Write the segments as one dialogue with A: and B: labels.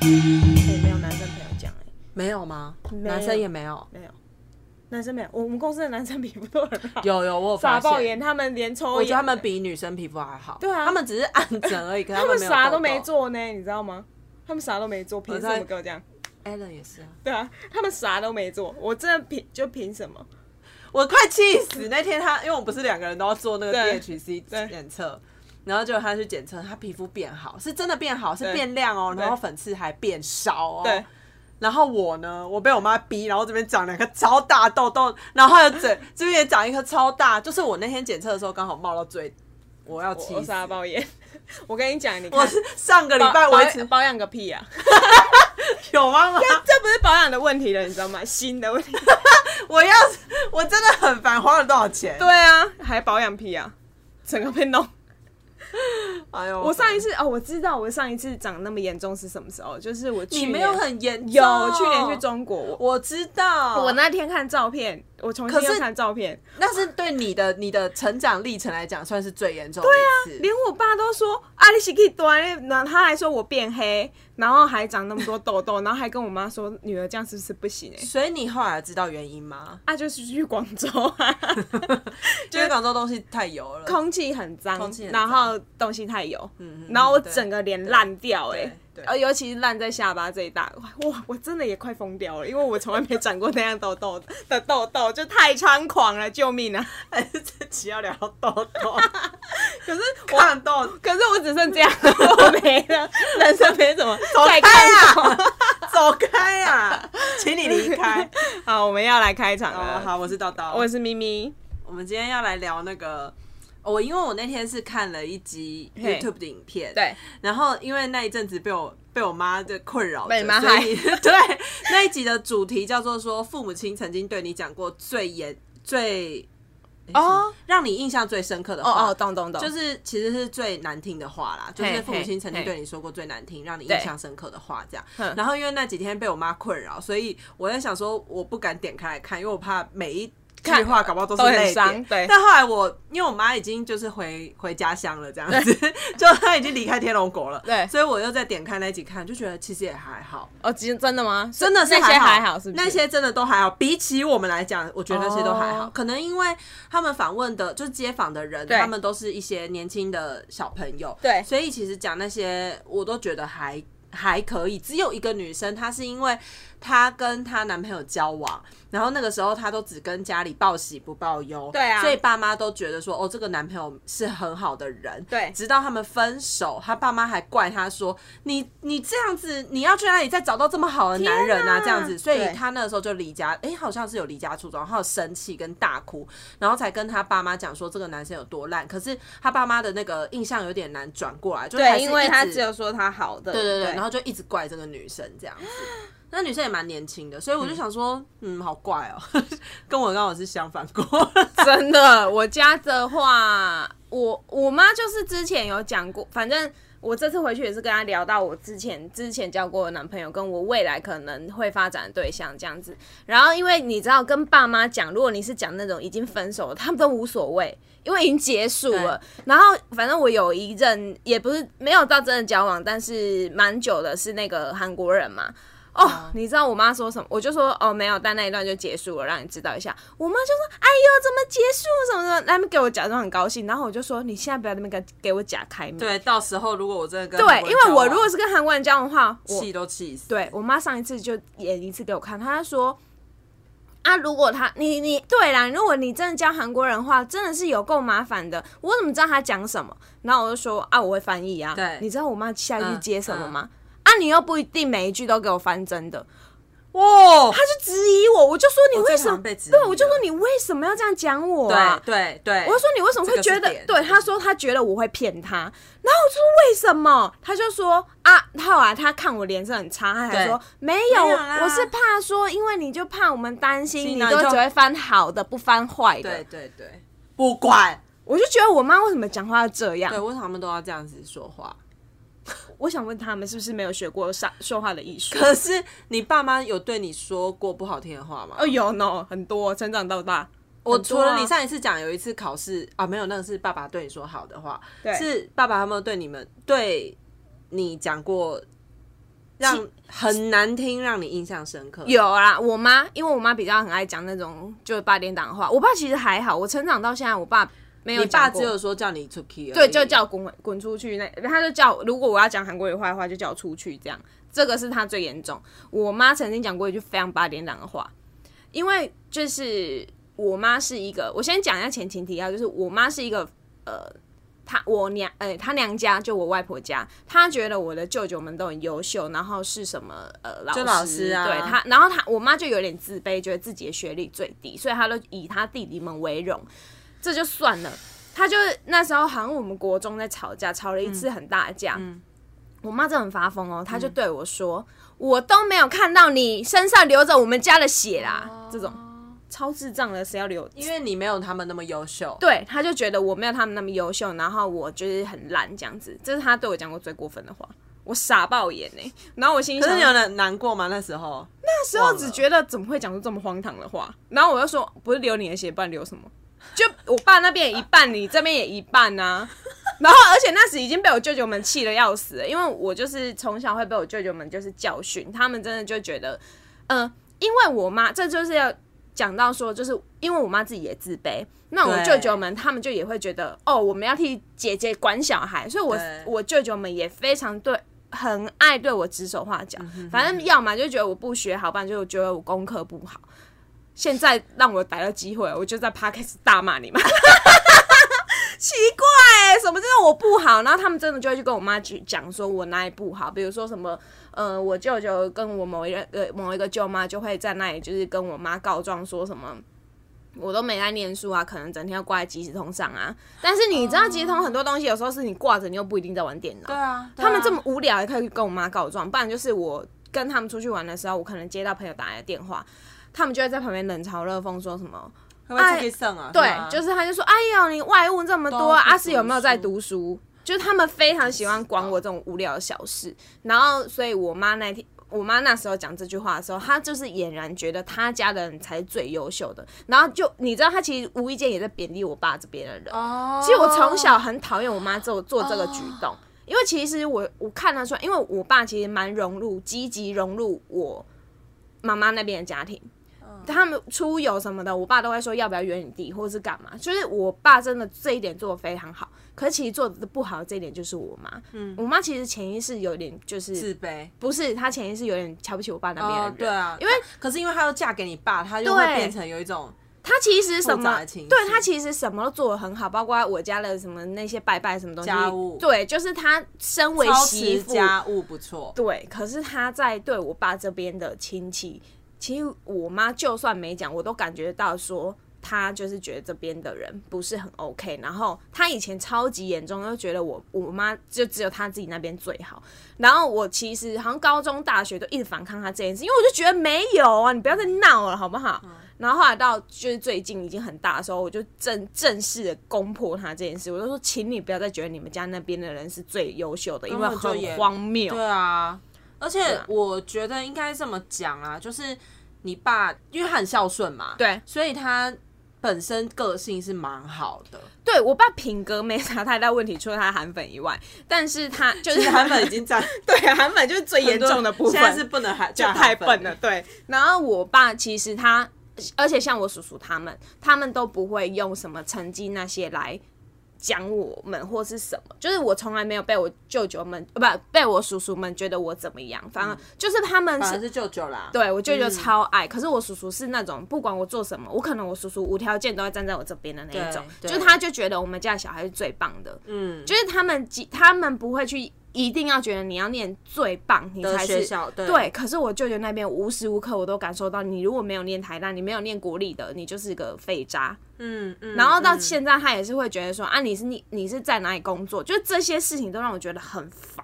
A: 也没有男生朋友讲哎、
B: 没有吗？
A: 没有
B: 男生也没有。
A: 没有，男生没有，我们公司的男生皮肤都很好，
B: 有有，我有
A: 啊傻
B: 发
A: 爆
B: 现，
A: 眼，他们连抽
B: 我觉得
A: 烟，
B: 他们比女生皮肤还好。
A: 对啊
B: 他们只是暗沉 而已，可是
A: 他们
B: 没有
A: 啥
B: 痘
A: 都没
B: 痘。
A: 做呢，你知道吗？他们啥都没做，凭什么
B: 在
A: 跟我讲？
B: Allen 也是啊，
A: 对啊，他们啥都没做，我真的凭就凭什么？
B: 我快气死！那天他，因为我们不是两个人都要做那个
A: 对
B: DHC
A: 对
B: 检测，然后就他去检测，他皮肤变好，是真的变好，是
A: 对
B: 变亮哦，
A: 对
B: 然后粉刺还变少哦。
A: 对，
B: 然后我呢，我被我妈逼，然后这边长两颗超大痘痘，然后还有嘴这边也长一颗超大，就是我那天检测的时候刚好冒到嘴，我要气
A: 我
B: 死！
A: 傻爆眼。我跟你讲，你看
B: 我是上个礼
A: 保
B: 拜
A: 保
B: 维
A: 养
B: 持
A: 保养个屁啊！
B: 有妈妈，
A: 这不是保养的问题了，你知道吗？心的问题。
B: 我要 我真的很烦，花了多少钱？
A: 对，啊， 还保养屁啊，整个被弄。
B: 哎呦，
A: 我上一次哦，我知道我上一次长那么严重是什么时候，就是我去
B: 你
A: 年
B: 没有很严重，
A: 有去年去，中国，我
B: 我知道，
A: 啊我那天看照片，我重新
B: 可
A: 又
B: 是
A: 看照片，
B: 那是对你的你的成长历程来讲算是最严重的一次。
A: 啊连我爸都说啊，你是可以端，那他还说我变黑，然后还长那么多痘痘， 然后还跟我妈说女儿这样是不是不行哎、欸？
B: 所以你后来知道原因吗？
A: 啊，就是去广州啊，
B: 就是广州东西太油了，
A: 空气很脏，
B: 空气很脏
A: 然后东西太油，
B: 嗯
A: 然后我
B: 对
A: 整个脸烂掉哎、
B: 对
A: 欸。
B: 对
A: 呃，尤其是烂在下巴这一大块，哇，我真的也快疯掉了，因为我从来没长过那样痘痘的痘痘，就太猖狂了，救命啊！
B: 还是这期要聊痘 痘，
A: 可是我
B: 看痘痘。
A: 可是我只剩这 样，我没了，人生没什么。
B: 走
A: 再
B: 开
A: 看
B: 啊！走开 啊！请你离开。
A: 好，我们要来开场
B: 哦
A: 了。，
B: 好，我是叨叨。
A: 我
B: 我
A: 是咪咪。
B: 我们今天要来聊那个，哦我、因为我那天是看了一集
A: 嘿
B: YouTube 的影片，，
A: 对，
B: 然后因为那一阵子被我被我妈的困扰着，
A: 被你妈
B: 所以 对那一集的主题叫做说父母亲曾经对你讲过最严最诶
A: 哦
B: 什么让你印象最深刻的话
A: 哦哦，懂懂懂，
B: 就是其实是最难听的话啦，就
A: 嘿
B: 是父母亲
A: 嘿
B: 曾经
A: 嘿
B: 对你说过最难听、让你
A: 对
B: 印象深刻的话，这样
A: 哼。
B: 然后因为那几天被我妈困扰，所以我在想说，我不敢点开来看，因为我怕每一句
A: 看
B: 话搞不好都
A: 都
B: 是
A: 很
B: 泪点
A: 伤。对
B: 但后来我因为我妈已经就是回回家乡 了，这样子，就她已经离开天龙国了，
A: 对
B: 所以我又再点开那一集看，就觉得其实也还好。
A: 哦，真真的吗？
B: 真的是
A: 那些
B: 还
A: 还好，是不是？
B: 那些真的都还好，比起我们来讲，我觉得那些都还好。
A: 哦
B: 可能因为他们访问的，就是街访的人，
A: 对
B: 他们都是一些年轻的小朋友，
A: 对
B: 所以其实讲那些我都觉得还。还可以，只有一个女生，她是因为她跟她男朋友交往，然后那个时候她都只跟家里报喜不报忧，
A: 对啊
B: 所以爸妈都觉得说，哦，这个男朋友是很好的人，
A: 对
B: 直到他们分手，她爸妈还怪她说，你你这样子，你要去哪里再找到这么好的男人
A: 天
B: 啊？
A: 哪
B: 这样子，所以
A: 对
B: 她那个时候就离家，哎、好像是有离家出走，然后生气跟大哭，然后才跟她爸妈讲说这个男生有多烂。可是她爸妈的那个印象有点难转过来，就还
A: 对，
B: 是
A: 因为
B: 一直
A: 他只有说他好的，
B: 对对对，然
A: 后
B: 后就一直怪这个女生这样子。那女生也蛮年轻的，所以我就想说，嗯，好怪哦、 跟我刚好是相反过。
A: 真的，我家的话，我我妈就是之前有讲过，反正我这次回去也是跟她聊到我之前之前交过的男朋友，跟我未来可能会发展的对象这样子。然后因为你知道，跟爸妈讲，如果你是讲那种已经分手了，他们都无所谓，因为已经结束了。然后反正我有一任也不是没有到真的交往，但是蛮久的，是那个韩国人嘛。哦，
B: 嗯
A: 你知道我妈说什么？我就说哦，没有，但那一段就结束了，让你知道一下。我妈就说：“哎呦，怎么结束？什么什么？”他们给我假装很高兴，然后我就说：“你现在不要在那边给给我假开明。
B: 对，到时候如果我真的跟
A: 对
B: 韩国
A: 因
B: 人
A: 为我
B: 交
A: 如
B: 往
A: 果是跟韩国人交往的话，我
B: 气都气死，
A: 对我妈上一次就演一次给我看，她说。啊！如果他你你对啦，如果你真的教韩国人的话，真的是有够麻烦的。我怎么知道他讲什么？然后我就说啊，我会翻译啊。
B: 对
A: 你知道我妈下一句
B: 嗯
A: 接什么吗？啊，你又不一定每一句都给我翻真的。
B: 哇，
A: 她就质疑我，我就说你
B: 我最
A: 为什
B: 常
A: 么？
B: 被质疑
A: 对，我就
B: 了
A: 说你为什么要这样讲我啊？
B: 对对对，
A: 我就说你为什么会觉
B: 这个
A: 得
B: 是？点
A: 对，他说他觉得我会骗他，然后我说为什么？他就说啊，后来他看我脸色很差，他还说
B: 对
A: 没有，
B: 没有啦
A: 我是怕说，因为你就怕我们担心，
B: 心
A: 你
B: 然
A: 都
B: 后就
A: 只会翻好的，不翻坏
B: 对
A: 的。
B: 对对，不管，
A: 我就觉得我妈为什么讲话要这样
B: 对，？为什么他们都要这样子说话？
A: 我想问他们是不是没有学过上说话的艺术？
B: 可是你爸妈有对你说过不好听的话吗？
A: 呃啊哦，有呢，很多，成长到大，
B: 我
A: 很
B: 除
A: 多啊
B: 了你上一次讲有一次考试啊，没有，那个是爸爸对你说好的话，
A: 对
B: 是爸爸有没有对你们对你讲过让很难听，让你印象深刻？
A: 有啦，我妈因为我妈比较很爱讲那种就是八点档的话，我爸其实还好，我成长到现在，我爸没有
B: 你爸
A: 讲过
B: 只有说叫你出去而已，
A: 对，就叫我滚滚出去那，他就叫我如果我要讲韩国语坏话，就叫我出去这样。这个是他最严重。我妈曾经讲过一句非常八点档的话，因为就是我妈是一个，我先讲一下前情提要，就是我妈是一个呃，她我娘呃，她娘家就我外婆家，她觉得我的舅舅们都很优秀，然后是什么呃老师，
B: 就老师啊
A: 对她，然后她我妈就有点自卑，觉得自己的学历最低，所以她都以她弟弟们为荣，这就算了。她就是那时候好像我们国中在吵架，吵了一
B: 嗯
A: 次很大的架。我妈真的很发疯哦，她就对我说：“我都没有看到你身上流着我们家的血啦！”这种超智障的，谁要流？
B: 哦因为你没有他们那么优秀。
A: 对，她就觉得我没有他们那么优秀，然后我就是很烂这样子，这是她对我讲过最过分的话。我傻爆眼呢、然后我心里
B: 可
A: 想
B: 是你，有难难过吗？那时候
A: 那时候只觉得怎么会讲出这么荒唐的话，然后我又说不是流你的血，不然流什么？就我爸那边也一半，你这边也一半啊。然后，而且那时已经被我舅舅们气得要死了，因为我就是从小会被我舅舅们就是教训，他们真的就觉得，嗯、因为我妈，这就是要讲到说，就是因为我妈自己也自卑，那我
B: 对
A: 舅舅们他们就也会觉得，哦，我们要替姐姐管小孩，所以我
B: 对
A: 我舅舅们也非常对。很爱对我指手画脚，反正要么就觉得我不学好，不然就觉得我功课不好。现在让我逮到机会，我就在 p o d c a s t 大骂你们。奇怪、欸什么就是我不好，然后他们真的就会去跟我妈去讲说我哪里不好，比如说什么，呃，我舅舅跟我某一人呃某一个舅妈就会在那里就是跟我妈告状说什么。我都没在念书啊，可能整天要挂在即时通上啊。但是你知道，即时通很多东西有时候是你挂着，你又不一定在玩电脑。
B: 啊，
A: 他们这么无聊也可以跟我妈告状，不然就是我跟他们出去玩的时候，我可能接到朋友打来的电话，他们就会在旁边冷嘲热讽，说什么
B: 会不会出去上啊？
A: 对
B: 是，吗
A: 就是他就说，哎呦，你外务这么
B: 都
A: 多，
B: 不
A: 阿
B: 读
A: 四有没有在
B: 书
A: 读书？就是他们非常喜欢管我这种无聊的小事，然后所以我妈那天。我妈那时候讲这句话的时候，她就是俨然觉得她家的人才是最优秀的，然后就你知道，她其实无意间也在贬低我爸这边的人。
B: 哦，
A: 其实我从小很讨厌我妈做做这个举动，因为其实我我看得出来，因为我爸其实蛮融入、积极融入我妈妈那边的家庭。
B: 嗯
A: 他们出游什么的，我爸都会说要不要远你弟，或者是干嘛。就是我爸真的这一点做的非常好，可是其实做的不好的这一点就是我妈。嗯，我妈其实潜意识有点就是
B: 自卑。
A: 不是她潜意识有点瞧不起我爸那边的人、
B: 哦，对啊，
A: 因为
B: 可是因为他又嫁给你爸，他就会
A: 对
B: 变成有一种
A: 他其实什
B: 复
A: 么
B: 杂的情绪
A: 对他其实什么都做得很好，包括我家的什么那些拜拜什么东西，
B: 家务
A: 对，就是他身为
B: 操
A: 媳
B: 持
A: 妇，
B: 家务不错，
A: 对，可是他在对我爸这边的亲戚，其实我妈就算没讲，我都感觉到说。他就是觉得这边的人不是很 OK，然后他以前超级严重，就觉得我我妈就只有他自己那边最好。然后我其实好像高中、大学都一直反抗他这件事，因为我就觉得没有啊，你不要再闹了好不好？然后后来到就是最近已经很大的时候，我就正正式的攻破他这件事，我就说，请你不要再觉得你们家那边的人是最优秀的，因为
B: 根本就也
A: 很荒谬。
B: 对啊。而且
A: 啊
B: 我觉得应该这么讲啊，就是你爸因为他很孝顺嘛，，
A: 对，
B: 所以他本身个性是蛮好 的，
A: 对我爸品格没啥太大问题，除了他韩粉以外，但是 他就
B: 其
A: 是
B: 实韩粉已 经占
A: 对韩粉就是最严重的部分，
B: 现在是不能喊
A: 就
B: 叫
A: 太
B: 韩粉
A: 笨了。，对，然后我爸其实他，而且像我叔叔他们，他们都不会用什么成绩那些来讲我们或是什么，就是我从来没有被我舅舅们呃不被我叔叔们觉得我怎么样，反而就是他们
B: 嗯反
A: 是
B: 而是舅舅啦，
A: 对我舅
B: 嗯
A: 舅超爱，可是我叔叔是那种不管我做什么，我可能我叔叔无条件都会站在我这边的那一种，
B: 对
A: 就
B: 对
A: 他就觉得我们家的小孩是最棒的，
B: 嗯，
A: 就是他们几他们不会去一定要觉得你要念最棒，你
B: 的
A: 才
B: 学
A: 是
B: 校对
A: 对，可是我舅舅那边无时无刻我都感受到，你如果没有念台大，你没有念国立的，你就是个废渣。
B: 嗯嗯，
A: 然后到
B: 嗯
A: 现在，他也是会觉得说啊，你是你你是在哪里工作？就是这些事情都让我觉得很烦。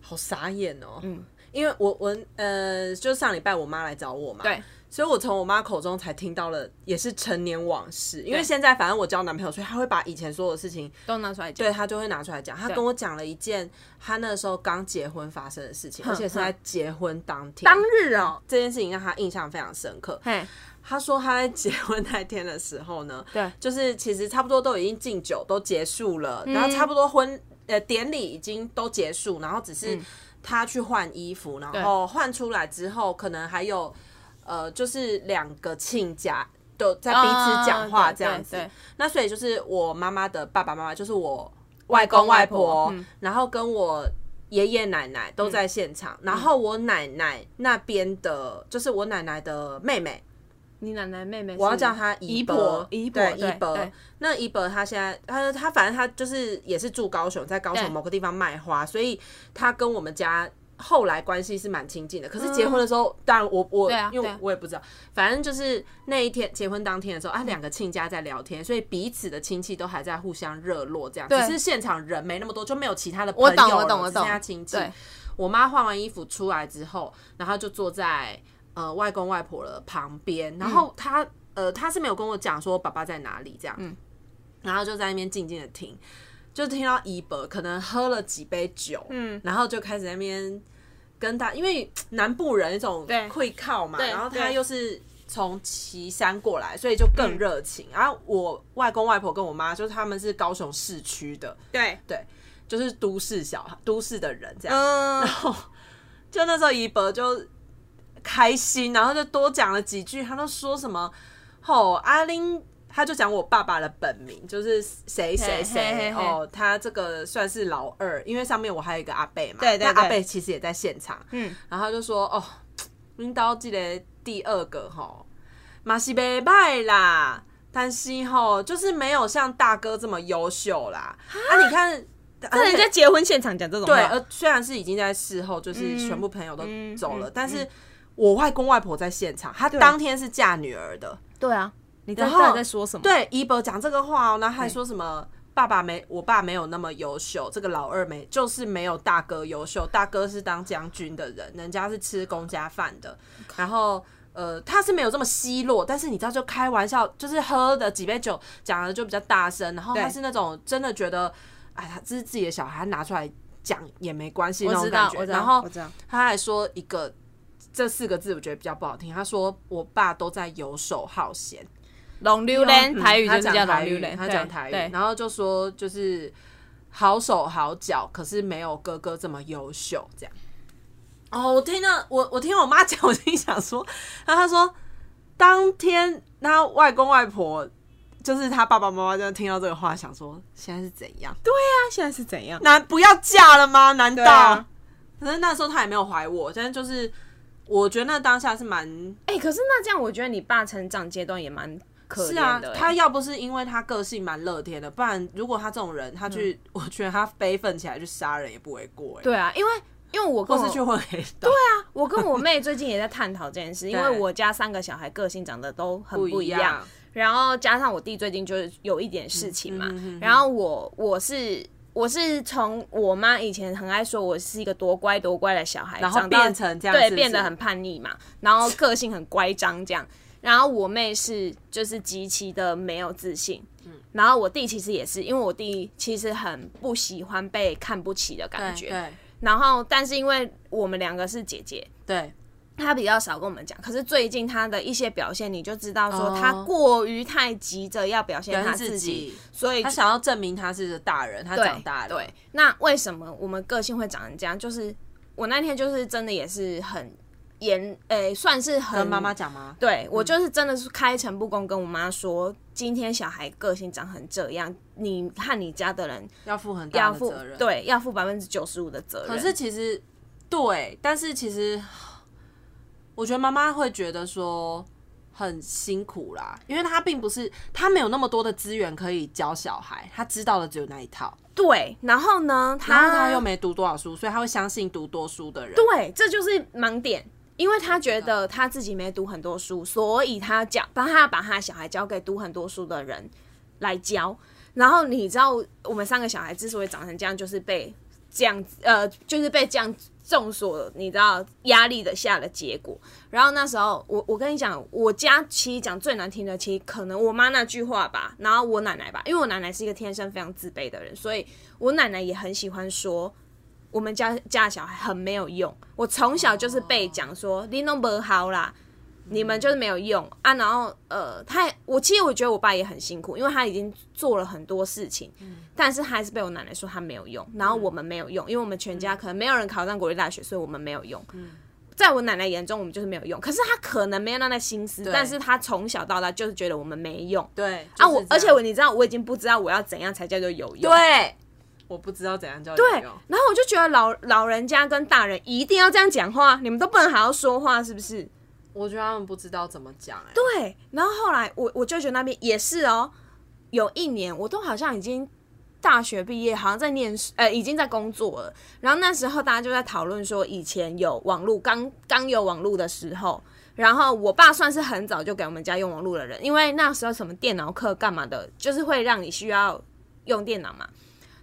B: 好傻眼哦，嗯。因为我我呃，就上礼拜我妈来找我嘛，
A: 对，
B: 所以我从我妈口中才听到了，也是陈年往事。因为
A: 对
B: 现在反正我交男朋友，所以她会把以前所有的事情，
A: 都拿出来讲
B: 对。她就会拿出来讲。她
A: 对
B: 跟我讲了一件她那时候刚结婚发生的事情，
A: 哼
B: 而且是在结婚当天。
A: 当日哦，
B: 这件事情让她印象非常深刻。
A: 嘿，
B: 她说她在结婚那天的时候呢，
A: 对
B: 就是其实差不多都已经敬酒都结束了，
A: 嗯
B: 然后差不多婚呃典礼已经都结束，然后只
A: 嗯
B: 是她去换衣服，然后换出来之后，可能还有呃就是两个亲家都在彼此讲话
A: 嗯
B: 这样子
A: 对对对。
B: 那所以就是我妈妈的爸爸妈妈，就是我外公外
A: 外
B: 婆，
A: 公外婆嗯
B: 然后跟我爷爷奶奶都在现场，
A: 嗯
B: 然后我奶奶那边的，就是我奶奶的妹妹，
A: 你奶奶妹妹是，
B: 我要叫她
A: 姨
B: 伯
A: 婆，，姨
B: 对
A: 对
B: 姨伯
A: 对。
B: 那姨伯她现在，她她反正她就是也是住高雄，在高雄
A: 对
B: 某个地方卖花，所以她跟我们家。后来关系是蛮亲近的，可是结婚的时候，当然我我、
A: 嗯对啊
B: 因为
A: 对啊
B: 我也不知道，反正就是那一天结婚当天的时候啊，
A: 嗯
B: 两个亲家在聊天，所以彼此的亲戚都还在互相热络这样，只
A: 对
B: 是现场人没那么多，就没有其他的朋友
A: 我懂
B: 了
A: 我懂我
B: 只剩
A: 懂
B: 下亲戚。
A: 对
B: 我妈换完衣服出来之后，然后就坐在呃外公外婆的旁边，然后她、呃她是没有跟我讲说爸爸在哪里这样，
A: 嗯
B: 然后就在那边静静的听，就听到姨伯可能喝了几杯酒，
A: 嗯，
B: 然后就开始在那边跟他，因为南部人那种
A: 对
B: 会靠嘛，
A: 对
B: 然后他
A: 对嗯
B: 又是从岐山过来，所以就更热情。然后我外公外婆跟我妈，就是他们是高雄市区的，
A: 对，
B: 就是都市小孩都市的人这样。
A: 嗯
B: 然，后就那时候怡博就开心，然后就多讲了几句，他都说什么哦阿玲。他就讲我爸爸的本名就是谁谁
A: 嘿
B: 谁
A: 嘿嘿嘿
B: 哦，他这个算是老二，因为上面我还有一个阿贝嘛，
A: 对对
B: 那
A: 对
B: 阿贝其实也在现场，
A: 嗯，
B: 然后他就说哦，领导这个第二个吼，马西贝拜啦，但是吼就是没有像大哥这么优秀啦，啊你看，
A: 这人家结婚现场讲这种话，
B: 对，而虽然是已经在事后，就是全部朋友都
A: 嗯
B: 走了，
A: 嗯
B: 但是我外公外婆在现场，他当天是嫁女儿的。
A: 对啊，你在
B: 然后
A: 到底在说什么？
B: 对，怡伯讲这个话哦，然后还说什么爸爸没，我爸没有那么优秀，这个老二没，就是没有大哥优秀，大哥是当将军的人，人家是吃公家饭的，然后。呃，他是没有这么奚落，但是你知道，就开玩笑，就是喝的几杯酒，讲的就比较大声。然后他
A: 对
B: 是那种真的觉得，哎，他这是自己的小孩，他拿出来讲也没关系那
A: 我
B: 种
A: 知
B: 感
A: 道，
B: 觉。
A: 我知道，
B: 然后
A: 我知道，
B: 他还说一个这四个字，我觉得比较不好听。他说我爸都在游手好闲，
A: 龙溜莲
B: 嗯
A: 台语就
B: 他
A: 是
B: 讲
A: 叫
B: 台
A: 龙溜
B: 语，
A: 莲，
B: 他
A: 对
B: 讲台语，
A: 对
B: 然后就说就是好手好脚，可是没有哥哥这么优秀，这样。哦，我听到我我听我妈讲，我心想说， 然后她说当天她外公外婆就是她爸爸妈妈，就听到这个话，想说现在是怎样？
A: 那现在是怎样？
B: 难不要嫁了吗？难道？
A: 对啊
B: 可是那时候她也没有怀我，但是就是我觉得那当下是蛮
A: 哎、可是那这样，我觉得你爸成长阶段也蛮可
B: 是啊
A: 怜的、，欸
B: 他要不是因为他个性蛮乐天的，不然如果他这种人，他去，
A: 嗯
B: 我觉得他悲愤起来去杀人也不为过、欸，
A: 对啊，因为因为我跟
B: 或
A: 我
B: 是去混黑道。对啊，
A: 我跟我妹最近也在探讨这件 事，因为我家三个小孩个性长得都很不一样，，然后加上我弟最近就是有一点事情
B: 嗯
A: 嘛，然后我我是。我是从我妈以前很爱说我是一个多乖多乖的小孩，
B: 然后
A: 长大
B: 变成这样，
A: 对
B: 是不是
A: 变得很叛逆嘛，然后个性很乖张这样。然后我妹是就是极其的没有自信，
B: 嗯
A: 然后我弟其实也是，因为我弟其实很不喜欢被看不起的感觉。
B: 对
A: 然后，但是因为我们两个是姐姐，
B: 对
A: 他比较少跟我们讲，可是最近他的一些表现，你就知道
B: 哦
A: 说他过于太急着要表现他
B: 跟自
A: 自己，
B: 己，
A: 所以
B: 他想要证明他是个大人，他
A: 对
B: 长大了，
A: 对，那为什么我们个性会长成这样？就是我那天就是真的也是很严，诶、算是很
B: 跟妈妈讲嗯吗？
A: 嗯对我就是真的是开诚布公跟我妈说，今天小孩个性长成这样，你和你家的人
B: 要负很大
A: 要
B: 的
A: 负
B: 责任，。
A: 对要负百分之九十五的责任。
B: 可是其实对，但是其实 我觉得妈妈会觉得说很辛苦啦，因为她并不是她没有那么多的资源可以教小孩，她知道的只有那一套，
A: 对，然后呢，
B: 然
A: 他
B: 后她又没读多少书，所以她会相信读多书的人。
A: 啊对，这就是盲点，因为他觉得他自己没读很多书，所以他教帮他把他小孩交给读很多书的人来教。然后你知道，我们三个小孩之所以长成这样，就是被这样子呃，就是被这样众所你知道压力的下的结果。然后那时候我我跟你讲，我家其实讲最难听的，其实可能我妈那句话吧，然后我奶奶吧，因为我奶奶是一个天生非常自卑的人，所以我奶奶也很喜欢说。我
B: 哦
A: 们家家的小孩很没有用，我从小就是被讲说、你弄不好啦，你们就是没有用啊。然后呃，他我其实我觉得我爸也很辛苦，因为他已经做了很多事情，
B: 嗯
A: 但是还是被我奶奶说他没有用，然后我们没有用，因为我们全家可能没有人考上国立大学，所以我们没有用。
B: 嗯
A: 在我奶奶眼中，我们就是没有用。可是她可能没有那那心思，但是她从小到大就是觉得我们没用。
B: 对
A: 啊，我而且我
B: 对，
A: 你知道，我已经不知道我要怎样才叫做有用。
B: 对，我不知道怎样叫哦
A: 对
B: 有用，
A: 哎然后我就觉得老老人家跟大人一定要这样讲话，你们都不能好好说话，是不是？
B: 我觉得他们不知道怎么讲，哎，
A: 对。然后后来我我舅舅那边也是哦，有一年我都好像已经大学毕业，好像在念书，呃，已经在工作了。然后那时候大家就在讨论说，以前有网络刚刚有网络的时候。然后我爸算是很早就给我们家用网络的人，因为那时候什么电脑课干嘛的，就是会让你需要用电脑嘛。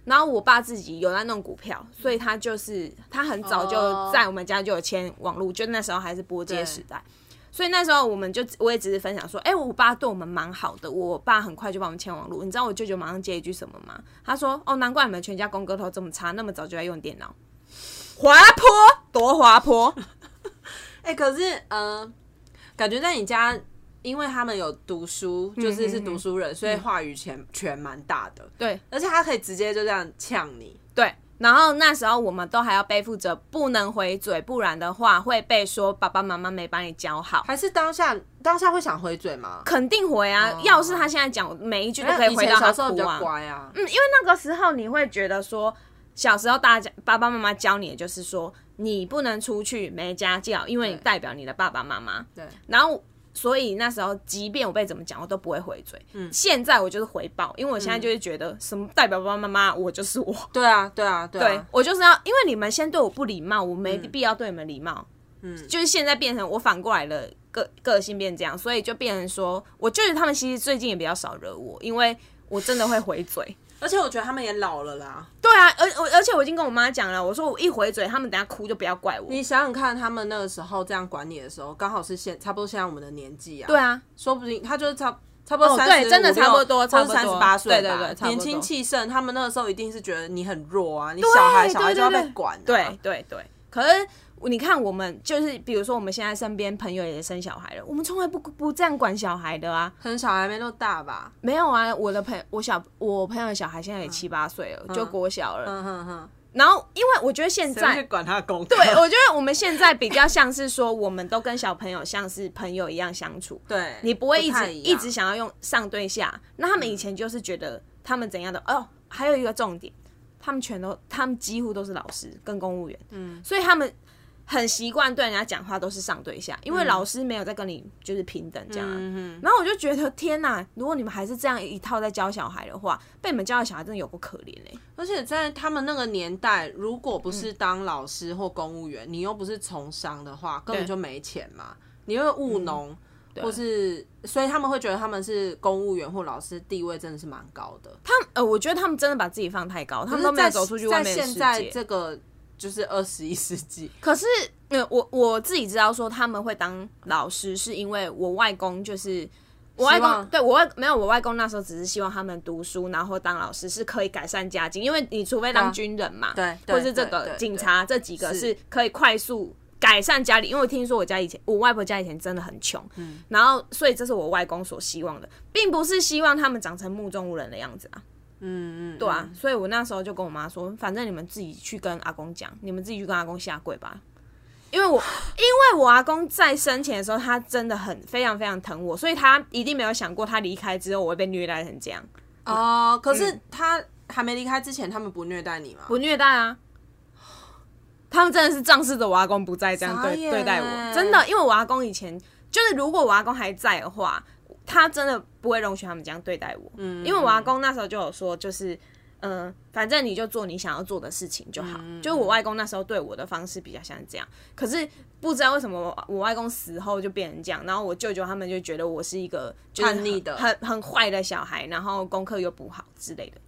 A: 然后我爸自己有在弄股票，所以他就是他很早就
B: 哦
A: 在我们家就有签网络，就那时候还是拨接时代，所以那时候我们就我也只是分享说，哎、我爸对我们蛮好的，我爸很快就帮我们签网络。你知道我舅舅马上接一句什么吗？他说：“哦，难怪你们全家公哥头这么差，那么早就在用电脑，滑坡多滑坡。”
B: 哎、可是呃，感觉在你家，因为他们有读书，就是是读
A: 嗯
B: 书人，所以话语权权蛮大的。
A: 对，
B: 而且他可以直接就这样呛你。
A: 对，然后那时候我们都还要背负着不能回嘴，不然的话会被说爸爸妈妈没把你教好。
B: 还是当下当下会想回嘴吗？
A: 肯定回啊！
B: 哦
A: 要是他现在讲，我每一句都可以
B: 以
A: 回
B: 前
A: 到他
B: 小时候比
A: 哭
B: 较
A: 啊。
B: 乖啊，
A: 嗯，因为那个时候你会觉得说，小时候大家爸爸妈妈教你的就是说，你不能出去没家教，因为你
B: 对
A: 代表你的爸爸妈妈。
B: 对，
A: 然后，所以那时候即便我被怎么讲，我都不会回嘴。嗯，现在我就是回报，因为我
B: 嗯
A: 现在就是觉得什么代表爸爸妈妈，我就是我。
B: 对啊，对啊，对
A: 对
B: 啊，
A: 我就是要，因为你们先对我不礼貌，我没必要对你们礼貌。
B: 嗯
A: 就是现在变成我反过来了，个个性变这样，所以就变成说，我觉得他们其实最近也比较少惹我，因为我真的会回 嘴。
B: 而且我觉得他们也老了啦。
A: 对啊，而我而且我已经跟我妈讲了，我说我一回嘴，他们等下哭就不要怪我。
B: 你想想看，他们那个时候这样管你的时候，刚好是现差不多现在我们的年纪啊。
A: 对，啊，
B: 说不定他就是差差不多
A: 哦对
B: 三十、
A: 真的差不多差不多
B: 三十八岁吧，
A: 对对对差不多
B: 年轻气盛，他们那个时候一定是觉得你很弱啊，你
A: 对
B: 小孩小孩
A: 对
B: 就要
A: 对
B: 被管、啊，
A: 对对对，可是。你看，我们就是比如说，我们现在身边朋友也生小孩了，我们从来不不这样管小孩的啊。
B: 可能小孩没那么大吧，
A: 没有啊，我的朋我小我朋友的小孩现在也七八岁了，就国小了。
B: 嗯 哼哼，
A: 然后，因为我觉得现在
B: 去管他的功 课，
A: 对，我觉得我们现在比较像是说，我们都跟小朋友像是朋友一样相处，
B: 对，
A: 你不会一
B: 太
A: 直
B: 样
A: 一直想要用上对下。那他们以前就是觉得他们怎样的
B: 嗯
A: 哦，还有一个重点，他们全都他们几乎都是老师跟公务员，嗯，所以他们。很习惯对人家讲话都是上对下，因为老师没有在跟你就是平等这样啊、
B: 嗯
A: 然后我就觉得天哪，如果你们还是这样一套在教小孩的话，被你们教的小孩真的有够可怜嘞、欸
B: 而且在他们那个年代，如果不
A: 嗯
B: 是当老师或公务员，你又不是从商的话，根本就没钱嘛，你又务
A: 嗯
B: 农。或是，所以他们会觉得他们是公务员或老师地位真的是蛮高的。
A: 他们呃，我觉得他们真的把自己放太高，他
B: 可
A: 们
B: 是
A: 都没有
B: 在
A: 走出去
B: 在
A: 外面的世
B: 现在
A: 界。
B: 这个就是二十一世纪，
A: 可是，呃，我我自己知道说他们会当老师，是因为我外公就是我外
B: 希
A: 公
B: 望
A: 对我外没有我外公那时候只是希望他们读书，然后当老师是可以改善家境，因为你除非当
B: 啊
A: 军人嘛，
B: 对
A: 或
B: 对
A: 是这
B: 对
A: 个
B: 对
A: 警
B: 对
A: 察这几个
B: 是
A: 是可以快速。改善家里，因为我听说我家以前，我外婆家以前真的很穷，
B: 嗯
A: 然后所以这是我外公所希望的，并不是希望他们长成目中无人的样子啊。
B: 嗯嗯，
A: 对啊，所以我那时候就跟我妈说，反正你们自己去跟阿公讲，你们自己去跟阿公下跪吧。因为我， 因为我阿公在生前的时候，他真的很非常非常疼我，所以他一定没有想过他离开之后我会被虐待成这样，
B: 哦，可
A: 嗯
B: 是他还没离开之前，他们不虐待你吗？
A: 不虐待啊。他们真的是仗势着我阿公不在这样对
B: 傻眼
A: 对待我，真的，因为我阿公以前就是如果我阿公还在的话，他真的不会容许他们这样对待我。
B: 嗯
A: 因为我阿公那时候就有说，就是嗯、呃反正你就做你想要做的事情就好。
B: 嗯嗯嗯
A: 就是我外公那时候对我的方式比较像这样，可是不知道为什么我我外公死后就变成这样，然后我舅舅他们就觉得我是一个就是很
B: 叛逆的
A: 很很坏的小孩，然后功课又不好之类的，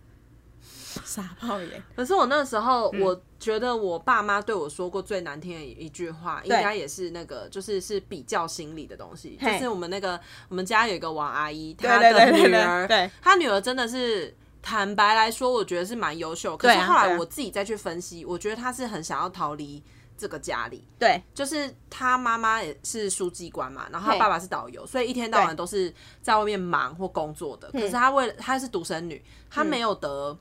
A: 傻爆眼。
B: 可是我那时候，
A: 嗯
B: 我觉得我爸妈对我说过最难听的一句话，应该也是那个，就是是比较心理的东西。就
A: 嘿
B: 是我们那个，我们家有一个王阿姨，
A: 对
B: 她
A: 对
B: 的
A: 对对
B: 女
A: 对
B: 儿，
A: 对
B: 她女儿真的是。坦白来说，我觉得是蛮优秀。可
A: 对
B: 是
A: 啊
B: 后来
A: 对啊
B: 我自己再去分析，我觉得她是很想要逃离这个家里，
A: 对，
B: 就是他妈妈也是书记官嘛，然后他
A: 嘿
B: 爸爸是导游，所以一天到晚都是在外面忙或工作的。
A: 嗯
B: 可是他为了她是独生女，她没有得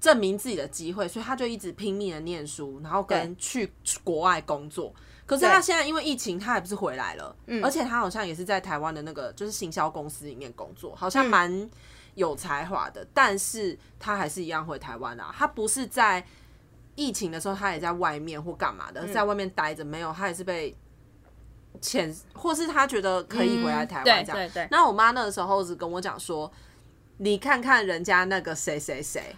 B: 证明自己的机会，所以她就一直拼命的念书，然后跟去去国外工作。可是她
A: 对嗯
B: 现在因为疫情，她也不是回来了，而且她好像也是在台湾的那个就是行销公司里面工作，好
A: 嗯
B: 像蛮有才华的，但是她还是一样回台湾啊，她不是在。疫情的时候，他也在外面或干嘛的，
A: 嗯
B: 在外面待着，没有，他也是被遣，或是他觉得可以回来台
A: 嗯
B: 湾
A: 对
B: 这样。
A: 对对，
B: 那我妈那个时候是跟我讲说，你看看人家那个谁谁谁，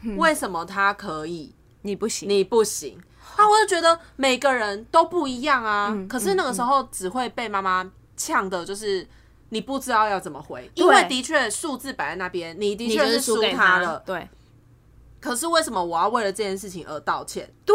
A: 嗯
B: 为什么他可以，
A: 你不行，
B: 你不行？那我就觉得每个人都不一样啊。
A: 嗯
B: 可是那个时候只会被妈妈呛的，就是。你不知道要怎么回，因为
A: 对
B: 的确数字摆在那边，你的
A: 你
B: 确
A: 就是
B: 输
A: 给
B: 他
A: 了，
B: 了。
A: 对
B: 可是为什么我要为了这件事情而道歉？
A: 对，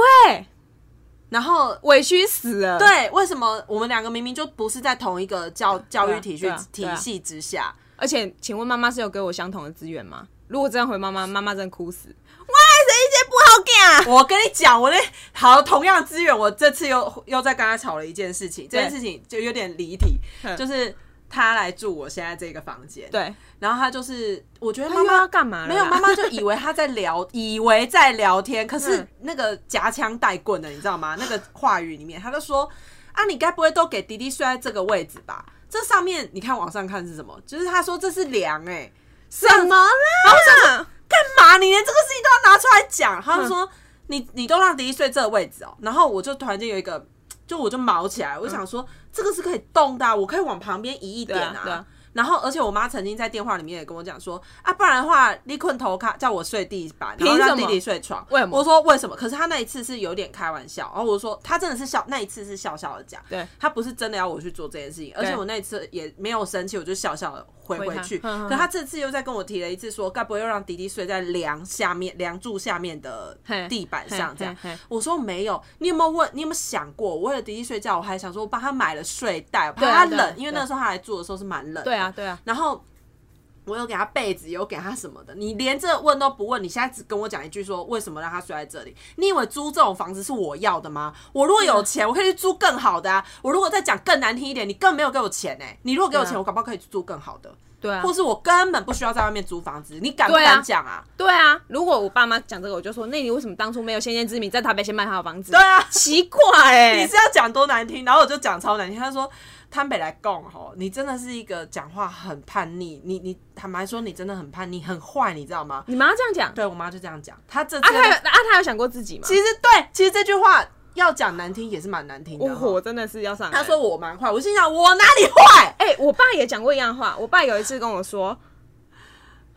B: 然后
A: 委屈死了，
B: 对，为什么我们两个明明就不是在同一个教教育体系、
A: 对啊对
B: 体
A: 啊
B: 系之下？
A: 而且，请问妈妈是有给我相同的资源吗？如果这样回妈妈，妈妈真的哭死。哇，谁一些不好啊干？
B: 我跟你讲，我那好同样资源，我这次又又在跟他吵了一件事情，这件
A: 对
B: 事情就有点离题，
A: 嗯
B: 就是他来住我现在这个房间，
A: 对，
B: 然后他就是我觉得妈
A: 妈妈要
B: 妈。
A: 干嘛了啦？
B: 没有，妈妈就以为他在聊， 以为在聊天，可是
A: 嗯
B: 那个夹枪带棍的，你知 道吗？那个话语里面，他就说：“啊，你该不会都给迪迪睡在这个位置吧？这上面你看网上看是什么？就是他说这是梁、欸，哎，
A: 什么啦？
B: 干嘛？你连这个事情都要拿出来讲？他就说、你你都让迪迪睡这个位置哦、然后我就突然间有一个，就我就毛起来，我就想说、这个是可以动的、啊，我可以往旁边移一点
A: 嗯对啊对啊
B: 然后，而且我妈曾经在电话里面也跟我讲说啊，不然的话，立困头卡叫我睡地板，然后
A: 凭什
B: 让
A: 么
B: 弟弟睡床。
A: 为什么
B: 我说为什么？可是他那一次是有点开玩笑，然后我说他真的是笑，那一次是笑笑的讲，
A: 对
B: 他不是真的要我去做这件事情，而且
A: 对
B: 我那一次也没有生气，我就笑笑的回
A: 回
B: 回
A: 他
B: 去。
A: 嗯嗯嗯
B: 可他这次又再跟我提了一次说，该不会又让迪迪睡在梁下面、梁柱下面的
A: 嘿
B: 地板上这样
A: 嘿嘿嘿？
B: 我说没有，你有没有问？你有没有想过，我为了迪迪睡觉，我还想说我帮他买了睡袋，怕
A: 啊
B: 他
A: 对啊
B: 冷，
A: 对
B: 因为那时候他来住的时候是蛮冷 的。
A: 对啊，对啊，
B: 然后我有给他被子，有给他什么的，你连这问都不问，你现在只跟我讲一句说为什么让他睡在这里？你以为租这种房子是我要的吗？我如果有钱，我可以去租更好的啊！我如果再讲更难听一点，你更没有给我钱哎、你如果给我钱，
A: 对啊
B: 我搞不好可以去租更好的，
A: 对啊
B: 或，是我根本不需要在外面租房子，你敢不
A: 对啊
B: 敢讲啊？
A: 对啊。如果我爸妈讲这个，我就说，那你为什么当初没有先见之明，在台北先买好房子？
B: 对啊，
A: 奇怪哎、
B: 你是要讲多难听，然后我就讲超难听。他说：“摊北来供吼，你真的是一个讲话很叛逆，你你坦白说，你真的很叛逆，很坏，你知道吗？”
A: 你妈这样讲啊？
B: 对我妈就这样讲，她这
A: 他有啊，他有想过自己吗？
B: 其实对，其实这句话要讲难听也是蛮难听的
A: 哦我
B: 哈。
A: 火真的是要上来。
B: 他说我蛮坏，我心想我哪里坏？
A: 哎、我爸也讲过一样话。我爸有一次跟我说，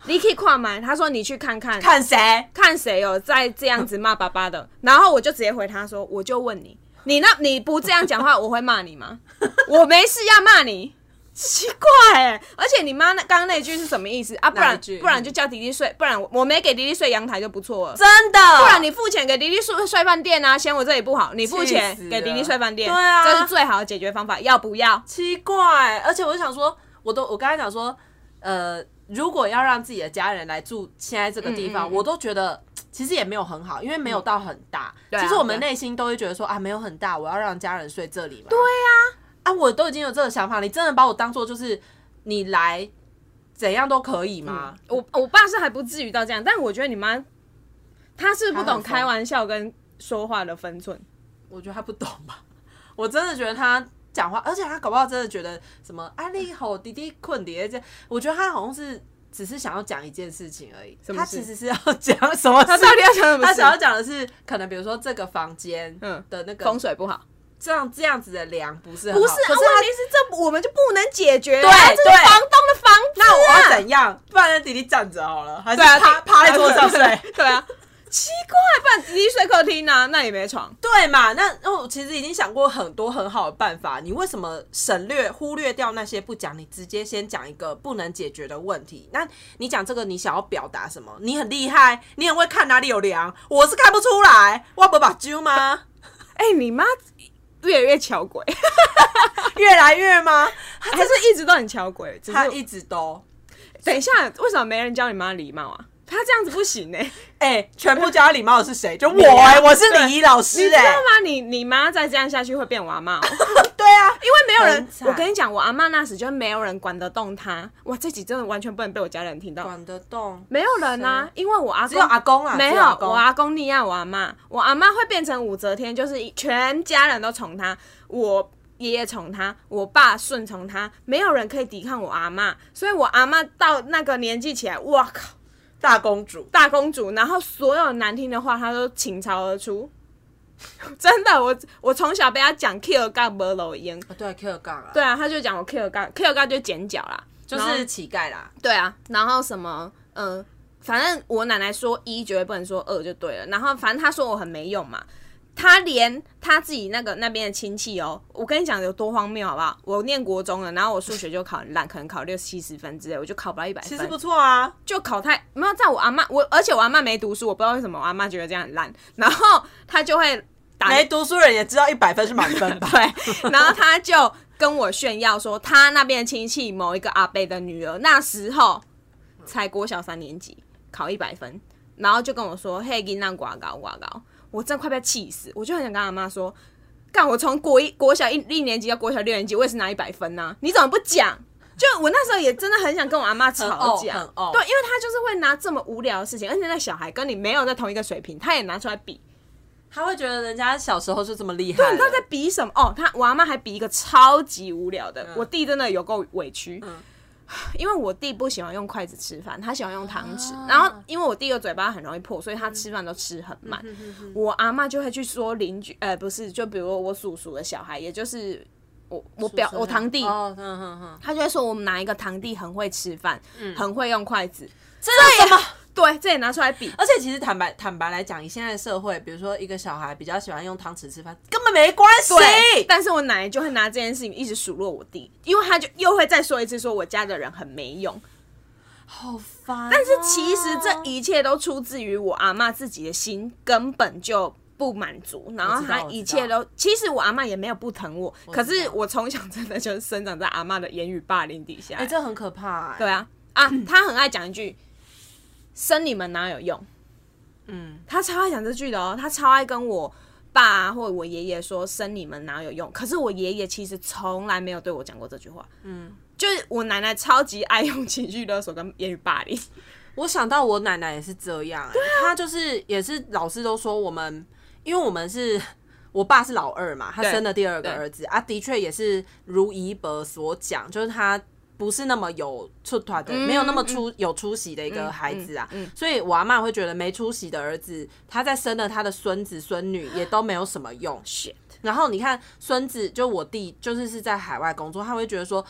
A: 你可以跨门，他说你去看看
B: 看谁？
A: 看谁有在这样子骂爸爸的，然后我就直接回他说，我就问你，你那你不这样讲话，我会骂你吗？我没事要骂你，奇怪哎、而且你妈那刚刚那句是什么意思啊？不
B: 哪一
A: 然
B: 句
A: 不然就叫迪迪睡，不然我我没给迪迪睡阳台就不错了。
B: 真的？
A: 不然你付钱给迪迪睡睡饭店啊，嫌我这里不好，你付钱
B: 气死了
A: 给迪迪睡饭店，
B: 对啊
A: 这是最好的解决方法，要不要？
B: 奇怪，而且我就想说，我都我刚才讲说，呃，如果要让自己的家人来住现在这个地方，
A: 嗯嗯嗯嗯
B: 我都觉得。其实也没有很好，因为没有到很大。
A: 对啊
B: 其实我们
A: 对
B: 内心都会觉得说啊，没有很大，我要让家人睡这里嘛。对呀、啊，我都已经有这个想法，你真的把我当做就是你来怎样都可以吗？
A: 我我爸是还不至于到这样，但我觉得你妈，她是不
B: 她很
A: 懂
B: 疯
A: 开玩笑跟说话的分寸。
B: 我觉得他不懂吧， 我真的觉得他讲话，而且他搞不好真的觉得什么啊，你吼弟弟困蝶这，我觉得他好像是只是想要讲一件事情而已，
A: 什么
B: 他
A: 事
B: 其实是要讲什么
A: 他
B: 事？
A: 到底要讲什么
B: 他
A: 事？
B: 想要讲的是，可能比如说这个房间，嗯
A: 嗯
B: 的那个
A: 风水不好，
B: 这样这样子的梁不是很
A: 不
B: 好
A: 是啊？
B: 可
A: 问
B: 是他
A: 题是这我们就不能解决啊，
B: 对
A: 这
B: 对
A: 是房东的房子、啊，
B: 那我要怎样？不然让弟弟站着好了，还是
A: 对啊，
B: 趴趴在桌上睡？
A: 对，对啊，奇怪，不然直接睡客厅啊，那也没床。
B: 对嘛？那那我其实已经想过很多很好的办法，你为什么省略忽略掉那些不讲？你直接先讲一个不能解决的问题。那你讲这个，你想要表达什么？你很厉害，你很会看哪里有梁，我是看不出来，我不 把揪吗？
A: 哎、你妈越来越巧鬼，
B: 越来越吗？
A: 她就是一直都很巧鬼，只
B: 他
A: 是
B: 一直都
A: 等一下，为什么没人教你妈礼貌啊？他这样子不行哎、
B: 哎、全部教他礼貌的是谁？就我哎、我是礼仪老
A: 你
B: 师
A: 知道
B: 哎、
A: 吗？你你妈再这样下去会变我阿妈、哦，
B: 对啊，
A: 因为没有人
B: 很。惨
A: 我跟你讲，我阿妈那时就没有人管得动她。哇，这集真的完全不能被我家人听到。
B: 管得动，
A: 没有人啊，因为我阿公
B: 只有阿公啊
A: 没有
B: 只有阿公
A: 我阿公溺爱我阿妈，我阿妈会变成武则天，就是一全家人都宠她，我爷爷宠她，我爸顺从她，没有人可以抵抗我阿妈，所以我阿妈到那个年纪起来，哇靠，
B: 大公主。
A: 大公主，然后所有难听的话她都倾巢而出，真的，我我从小被她讲 kill 杠 b l 烟，
B: 啊对，Q 杠啊，
A: 哦对啊，她就讲我 kill 杠 kill 杠就剪脚啦，
B: 就
A: 然后
B: 是乞丐啦。
A: 对啊，然后什么，嗯、反正我奶奶说一，绝对不能说二就对了。然后反正她说我很没用嘛，她连她自己那个那边的亲戚哦，我跟你讲有多荒谬好不好？我念国中了，然后我数学就考很烂，可能考六七十分之类，我就考不到一百
B: 其实
A: 分
B: 不，错啊，
A: 就考太没有。在我阿妈，我而且我阿妈没读书，我不知道为什么我阿妈觉得这样很烂，然后她就会打
B: 没读书人也知道一百分是满分 吧？
A: 对，然后他就跟我炫耀说，他那边的亲戚某一个阿伯的女儿，那时候才国小三年级，考一百分，然后就跟我说：“嘿，囡那呱高呱高！”我真的快被气死，我就很想跟阿妈说：“干，我从国一国小一一年级到国小六年级，我也是拿一百分呐、你怎么不讲？”就我那时候也真的很想跟我阿妈吵架，
B: 很傲很傲
A: 对，因为他就是会拿这么无聊的事情，而且那小孩跟你没有在同一个水平，他也拿出来比，
B: 他会觉得人家小时候就这么厉害了，
A: 你到底在比什么？哦，他我阿妈还比一个超级无聊
B: 嗯
A: 的，我弟真的有够委屈。 因为我弟不喜欢用筷子吃饭，他喜欢用汤匙。
B: 啊
A: 然后，因为我弟的嘴巴很容易破，所以他吃饭都吃很慢。
B: 嗯
A: 我阿妈就会去说邻居，呃，不是，就比如我叔叔的小孩，也就是我我表我堂弟，
B: 哦，嗯嗯嗯，
A: 他就会说我们哪一个堂弟很会吃饭，很会用筷子。
B: 真嗯的什么？
A: 对，这也拿出来比。
B: 而且其实坦白坦白来讲，以现在的社会，比如说一个小孩比较喜欢用汤匙吃饭，根本没关系。
A: 对，但是我奶奶就会拿这件事情一直数落我弟，因为他就又会再说一次，说我家的人很没用。
B: 好烦哦、啊
A: 但是其实这一切都出自于我阿嬷自己的心，根本就不满足，然后她一切都，其实我阿嬷也没有不疼我，可是我从小真的就是生长在阿嬷的言语霸凌底下。
B: 哎、这很可怕、哎
A: 对啊，啊， 她很爱讲一句“生你们哪有用”，
B: 嗯，
A: 她超爱讲这句的哦，她超爱跟我。爸、啊、或者我爷爷说生你们哪有用？可是我爷爷其实从来没有对我讲过这句话。嗯，就是我奶奶超级爱用情绪勒索跟言语霸凌。
B: 我想到我奶奶也是这样、欸，
A: 啊
B: 她就是也是老师都说我们，因为我们是我爸是老二嘛，他
A: 对
B: 生了第二个
A: 对
B: 儿子啊，的确也是如姨伯所讲，就是他不是那么有出团的，没有那么出、有出息的一个孩子啊，
A: 嗯嗯嗯嗯
B: 所以我阿妈会觉得没出息的儿子，他在生了他的孙子孙女也都没有什么用，
A: shit，
B: 然后你看孙子，就我弟，就是是在海外工作，他会觉得说，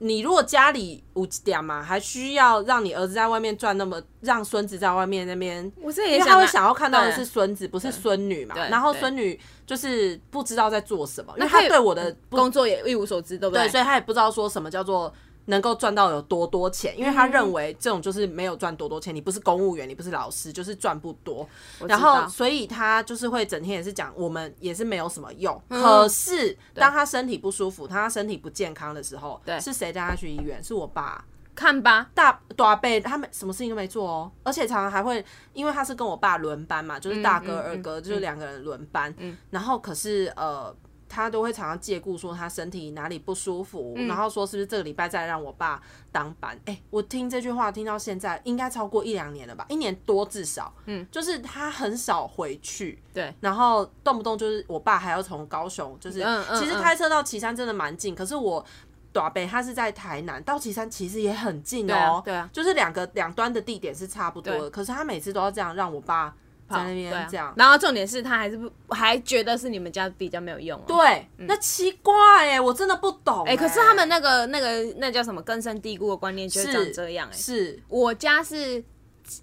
B: 你如果家里五点嘛，还需要让你儿子在外面赚那么，让孙子在外面那边。
A: 我这
B: 因
A: 也
B: 为
A: 想
B: 他会
A: 拿
B: 想要看到的
A: 对
B: 是孙子，不是孙女嘛
A: 对。
B: 然后
A: 对
B: 孙女就是不知道在做什么，因为
A: 他
B: 他
A: 也
B: 对我的不
A: 工作也一无所知，对不
B: 对，
A: 对？
B: 所以他也不知道说什么叫做能够赚到有多多钱，因为他认为这种就是没有赚多多钱，你不是公务员，你不是老师，就是赚不多。
A: 知
B: 然
A: 道
B: 后，所以他就是会整天也是讲我们也是没有什么用。可是当他身体不舒服，他身体不健康的时候，
A: 对
B: 是谁带他去医院？是我爸。
A: 看吧，
B: 大大贝他们什么事情都没做哦，而且常常还会，因为他是跟我爸轮班嘛，就是大
A: 嗯
B: 哥
A: 嗯嗯
B: 二哥，就是两个人轮班。然后可是呃，他都会常常借故说他身体哪里不舒服，
A: 嗯
B: 然后说是不是这个礼拜再让我爸当班。哎、我听这句话听到现在应该超过一两年了吧，一年多至少。嗯，就是他很少回去。
A: 对，
B: 然后动不动就是我爸还要从高雄，就是、
A: 嗯嗯
B: 其实
A: 嗯
B: 开车到旗山真的蛮近，可是我。短北他是在台南，到旗山其实也很近
A: 对啊
B: 哦，
A: 对啊
B: 就是两个两端的地点是差不多
A: 对
B: 的，可是他每次都要这样让我爸在那
A: 对
B: 边
A: 啊
B: 这样，
A: 然后重点是他还是不还觉得是你们家比较没有用、哦。
B: 对，，那奇怪哎、我真的不懂哎、
A: 哎、可是他们那个那个那叫什么根深蒂固的观念就是是长这样哎、
B: 是
A: 我家是。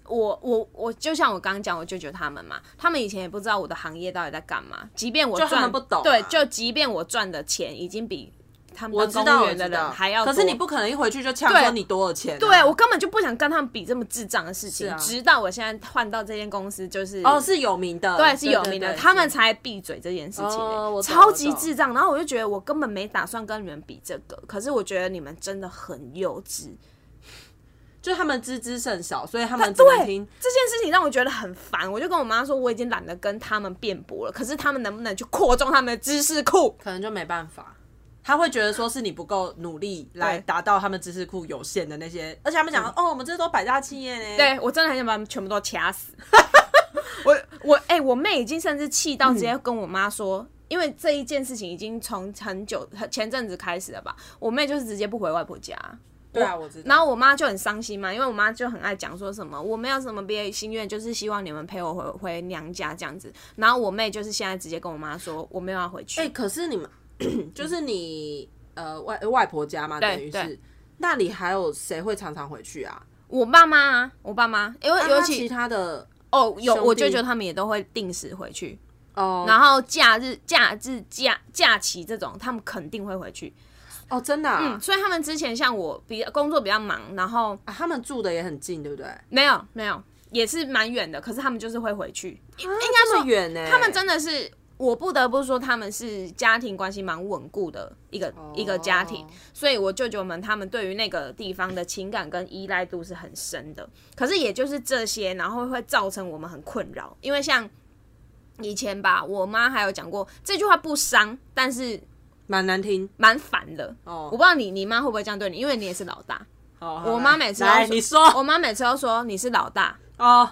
A: 我我我就像我刚刚讲，我舅舅他们嘛，他们以前也不知道我的行业到底在干嘛。即便我
B: 就他
A: 赚
B: 们不懂啊
A: 对，就即便我赚的钱已经比他们
B: 我
A: 当
B: 知
A: 公
B: 道
A: 务
B: 我
A: 员的
B: 知
A: 人
B: 道，
A: 还要多。
B: 可是你不可能一回去就呛
A: 对
B: 说你多少钱啊、
A: 对我根本就不想跟他们比这么智障的事情。
B: 是啊
A: 直到我现在换到这间公司，就是
B: 哦是有名的，
A: 对，是有名的，
B: 对对
A: 他们才闭嘴这件事情、
B: 哦
A: 欸，
B: 我懂
A: 超级
B: 我懂
A: 智障。然后我就觉得我根本没打算跟你们比这个，可是我觉得你们真的很幼稚，
B: 就是他们知之甚少，所以他们只能
A: 对
B: 听。
A: 这件事情让我觉得很烦，我就跟我妈说，我已经懒得跟他们辩驳了。可是他们能不能去扩充他们的知识库？
B: 可能就没办法。他会觉得说是你不够努力来
A: 对
B: 达到他们知识库有限的那些，而且他们讲说哦，我们这都百大企业呢，，
A: 对我真的很想把他们全部都掐死。 我我哎、我妹已经甚至气到直接跟我妈说，因为这一件事情已经从很久很前阵子开始了吧，我妹就是直接不回外婆家。
B: 对啊，我知道。
A: 然后我妈就很伤心嘛，因为我妈就很爱讲说什么我没有什么别的心愿，就是希望你们陪我回回娘家这样子。然后我妹就是现在直接跟我妈说我没有要回去，
B: 哎、可是 你们就是你呃外外婆家嘛，
A: 对
B: 等于是
A: 对
B: 那里还有谁会常常回去啊？
A: 我爸妈啊，我爸妈，因为
B: 啊
A: 尤
B: 那
A: 其
B: 其他的
A: 哦有
B: 兄
A: 我
B: 弟
A: 舅舅他们也都会定时回去，
B: 哦，
A: 然后假日假日假假期这种他们肯定会回去，
B: 哦真的、啊
A: 嗯，所以他们之前像我比工作比较忙，然后
B: 啊，他们住的也很近，对不对？
A: 没有没有也是蛮远的，可是他们就是会回去，应应该
B: 啊这
A: 说
B: 么远呢、
A: 他们真的是，我不得不说，他们是家庭关系蛮稳固的一个、
B: 哦
A: 一个家庭，所以我舅舅们他们对于那个地方的情感跟依赖度是很深的。可是也就是这些，然后会造成我们很困扰，因为像以前吧，我妈还有讲过这句话不伤，但是
B: 蛮难听
A: 蛮烦的。
B: 哦
A: 我不知道你你妈会不会这样对你，因为你也是老大。
B: 哦。
A: 我
B: 好
A: 妈
B: 来
A: 每次都
B: 来
A: 说
B: 你说
A: 我妈每次都说你是老大，
B: 哦，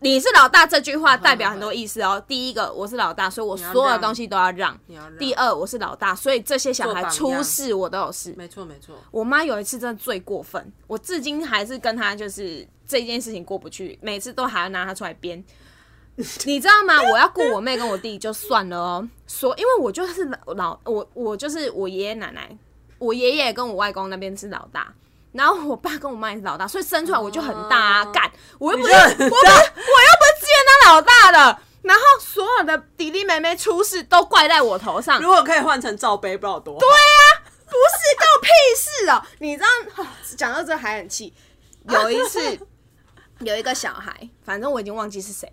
A: 你是老大这句话代表很多意思哦。第一个，我是老大，所以我所有的东西都要让。
B: 你要让
A: 第二，我是老大，所以这些小
B: 做
A: 孩
B: 榜
A: 出
B: 样
A: 事我都有事。
B: 没错没错，
A: 我妈有一次真的最过分，我至今还是跟她就是这件事情过不去，每次都还要拿她出来编。你知道吗？我要顾我妹跟我弟就算了哦，所因为我就是老老我我就是我爷爷奶奶，我爷爷跟我外公那边是老大，然后我爸跟我妈也是老大，所以生出来我就很大啊，
B: 哦
A: 干、我又不
B: 你
A: 是
B: 就
A: 我不
B: 很
A: 是我又不是自愿当老大的，然后所有的弟弟妹妹出事都怪在我头上
B: 如，果可以换成罩杯，不知道有多好
A: 不是，关我屁事哦！你知道，讲到这还很气。有一 次，有一个小孩，反正我已经忘记是谁，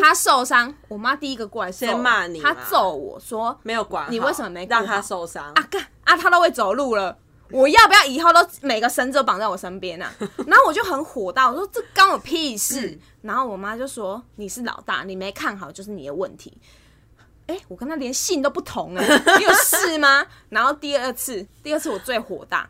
A: 他受伤，我妈第一个过来揍我
B: 先骂你嘛
A: 他揍我说
B: 没有管好，
A: 你为什么没顾好
B: 让他受伤
A: 啊？干啊，他都会走路了。我要不要以后都每个绳子都绑在我身边啊？然后我就很火大，我说这关我屁事。然后我妈就说你是老大，你没看好就是你的问题。哎、我跟他连姓都不同哎、你有事吗？然后第二次，第二次我最火大，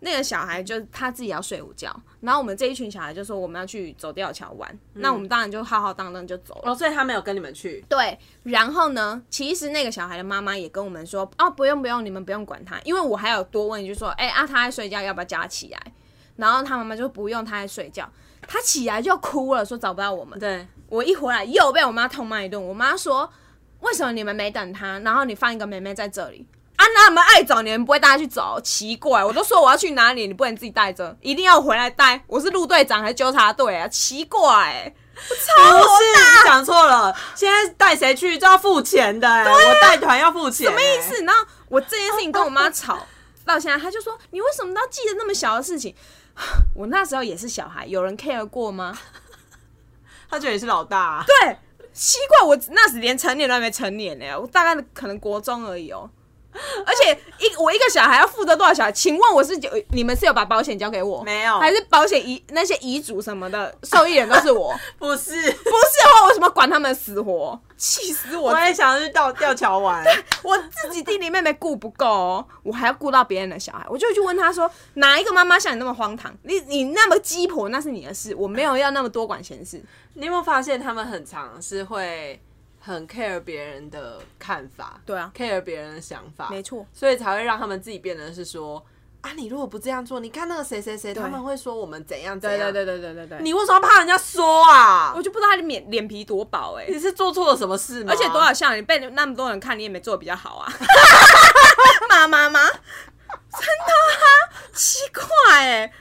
A: 那个小孩就他自己要睡午觉，然后我们这一群小孩就说我们要去走吊桥玩，那我们当然就浩浩荡荡就走了。
B: 哦，所以他没有跟你们去，
A: 对，然后呢，其实那个小孩的妈妈也跟我们说，哦，不用不用，你们不用管他，因为我还有多问一句说，哎、啊，他在睡觉，要不要叫他起来？然后他妈妈就不用，他在睡觉，他起来就哭了，说找不到我们。
B: 对，
A: 我一回来又被我妈痛骂一顿，我妈说，为什么你们没等他？然后你放一个妹妹在这里。啊，那你们爱走，你们不会带她去走？奇怪，我都说我要去哪里，你不能自己带着，一定要我回来带。我是陆队长还是纠察队啊？奇怪、
B: 不是，你讲错了。现在带谁去都要付钱的、欸，我带团要付钱、欸
A: 什么意？思？然后我这件事情跟我妈吵到现在，她就说你为什么都要记得那么小的事情？ 我那时候也是小孩，有人 care 过吗？
B: 他觉得你是老大、啊，
A: 对，奇怪，我那时连成年都还没成年呢、我大概可能国中而已哦、而且一我一个小孩要负责多少小孩？请问我是有你们是有把保险交给我
B: 没有
A: 还是保险遗那些遗嘱什么的受益人都是 我？
B: 不是。
A: 不是的话，我为什么管他们死活？气死我！
B: 我也想去到吊桥玩，
A: 我自己弟弟妹妹顾不够、哦，我还要顾到别人的小孩，我就去问他说，哪一个妈妈像你那么荒唐？你你那么鸡婆，那是你的事，我没有要那么多管闲事。
B: 你有没有发现他们很常是会很 care 别人的看法？
A: 对啊
B: ，care 别人的想法，
A: 没错
B: 所以才会让他们自己变得是说啊，你如果不这样做，你看那个谁谁谁，
A: 对
B: 他们会说我们怎样怎
A: 对
B: 样。
A: 对对对对对对，
B: 你为什么要怕人家说啊
A: 我？就不知道他的脸脸皮多薄哎、
B: 你是做错了什么事吗？
A: 而且多少像你被那么多人看，你也没做得比较 好啊。妈妈妈，真的啊，奇怪哎、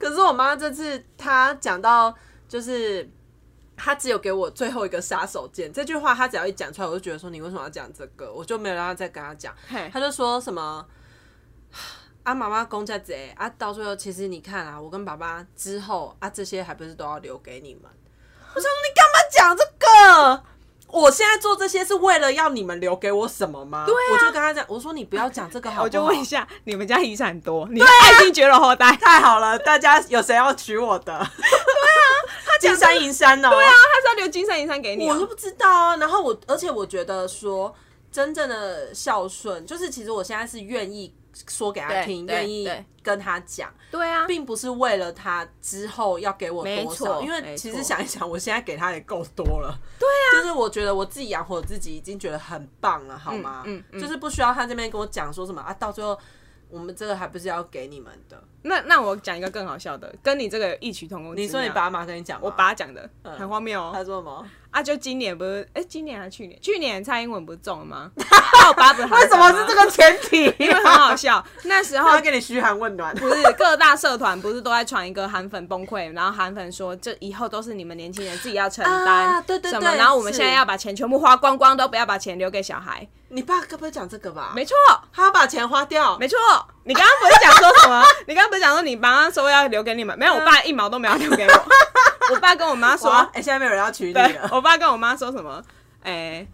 B: 可是我妈这次她讲到，就是她只有给我最后一个杀手锏这句话，她只要一讲出来，我就觉得说你为什么要讲这个，我就没有让她再跟她讲
A: 嘿。
B: 她就说什么啊，妈妈公家贼啊，到最后其实你看啊，我跟爸爸之后啊，这些还不是都要留给你们？我想说你干嘛讲这个？我现在做这些是为了要你们留给我什么吗？对、我就跟他讲，我说你不要讲这个好不好？
A: 啊我就问一下，你们家遗产多？你爱新觉罗后代？
B: 太好了，大家有谁要娶我的？对啊，他金山银山哦。
A: 对啊，他是要留金山银山给你、
B: 我就
A: 哦。
B: 不知道啊。然后我，而且我觉得说，真正的孝顺，就是其实我现在是愿意说给他
A: 对
B: 听，
A: 对
B: 愿意
A: 对
B: 跟他讲，
A: 对啊，
B: 并不是为了他之后要给我
A: 没
B: 多少。
A: 错
B: 因为
A: 没
B: 其实
A: 错
B: 想一想，我现在给他也够多了。对啊，就是我觉得我自己养活自己已经觉得很棒了，好吗？
A: 嗯嗯
B: 就是不需要他这边跟我讲说什么啊，到最后我们这个还不是要给你们的。
A: 那那我讲一个更好笑的，跟你这个异曲同工之妙。
B: 你说嗯你爸妈跟你讲吗，
A: 啊我爸讲的很荒谬
B: 他
A: 哦。
B: 说什么？
A: 啊，就今年不是？哎、今年还是去年？去年蔡英文不是中了 吗？那我爸不是为
B: 为什么是这？个前提、
A: 因为很好笑，那时候
B: 哎 他给你嘘寒问暖。
A: 不是各大社团不是都在传一个韩粉崩溃，然后韩粉说这以后都是你们年轻人自己要承担、
B: 啊对对
A: 什么，
B: 对
A: 然后我们
B: 是
A: 现在要把钱全部花光光，都不要把钱留给小孩。
B: 你爸该不会讲这个吧？
A: 没错，
B: 他把钱花掉，
A: 没错。你刚刚不是讲说什么？你刚刚不是讲说你妈说要留给你们？没有，我爸一毛都没有留给 我。我爸跟我妈
B: 嗯哇
A: 说，
B: 哎、现在没有人要娶你啊
A: 对
B: 了，
A: 我爸跟我妈说什么？哎、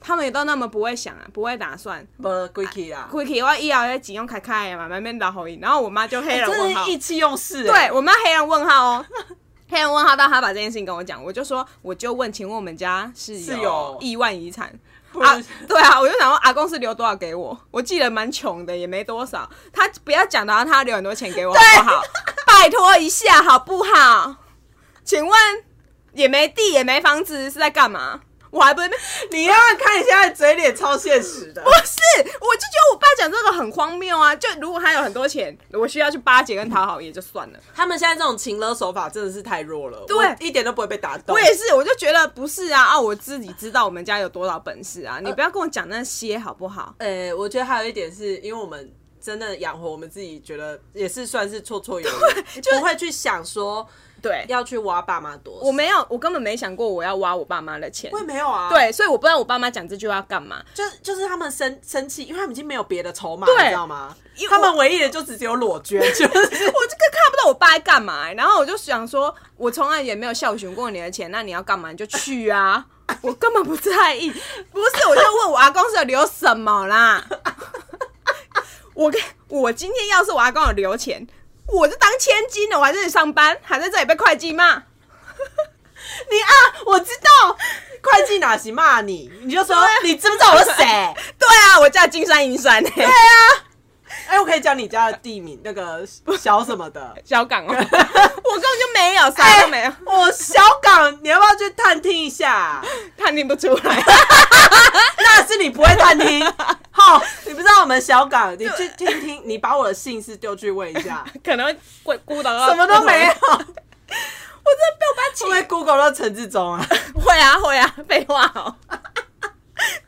A: 他们也都那么不会想啊，不会打算。
B: 不归去啦，
A: Quicky，我以后要紧用开开嘛，慢慢打后音。然后我妈就黑人问
B: 哎真
A: 号
B: 的，意气用事、欸
A: 对，我妈黑人问号哦， 黑人问号到他把这件事情跟我讲，我就说，我就问，请问我们家是
B: 是有
A: 亿万遗产？
B: 不
A: 啊
B: 是，
A: 对啊，我就想说阿公是留多少给我？我记得蛮穷的，也没多少。他不要讲到他留很多钱给我好不好？拜托一下好不好？请问也没地也没房子是在干嘛？我还不是
B: 你要不要看你现在嘴脸超现实 的
A: 不，是，我就觉得我爸讲这个很荒谬啊！就如果他有很多钱，我需要去巴结跟讨好也就算了。
B: 他们现在这种情勒手法真的是太弱了，
A: 对
B: 我一点都不会被打动。
A: 我也是，我就觉得不是啊啊！我自己知道我们家有多少本事啊！你不要跟我讲那些好不好？
B: 呃、我觉得还有一点是因为我们真的养活我们自己，觉得也是算是绰绰有余，就不会去想说
A: 对，
B: 要去挖爸妈多少。
A: 我没有，我根本没想过我要挖我爸妈的钱
B: 我。也没有啊，，
A: 对，所以我不知道我爸妈讲这句话要干嘛。
B: 就就是他们生生气，因为他们已经没有别的筹码，
A: 对
B: 你知道吗
A: 因为？
B: 他们唯一的就只有裸捐， 就是
A: 我这个看不到我爸在干嘛欸、然后我就想说，我从来也没有孝询过你的钱，那你要干嘛你就去 啊，我根本不在意。不是，我就问我阿公是有留什么啦？我跟我今天要是我阿公有留钱，我就当千金了，我还在这里上班，还在这里被会计骂。
B: 你啊，我知道，会计哪行骂你，你就说
A: 啊
B: 你知不知道我是 谁？哎、
A: 对啊，我叫金山银山欸。
B: 哎我可以讲你家的地名，那个小什么的哎
A: 小港哦，我根本就没有， 啥都没有，
B: 我小港，你要不要去探听一下？
A: 判定不出来。
B: 那是你不会探听，好，你不知道我们小港，你去听听，你把我的姓氏丢去问 一下，
A: 可能会孤啊岛
B: 什么都没有
A: 我， 真的被我爸气
B: 会不会 Google 到陈志忠啊？
A: 会啊会啊，废话哦。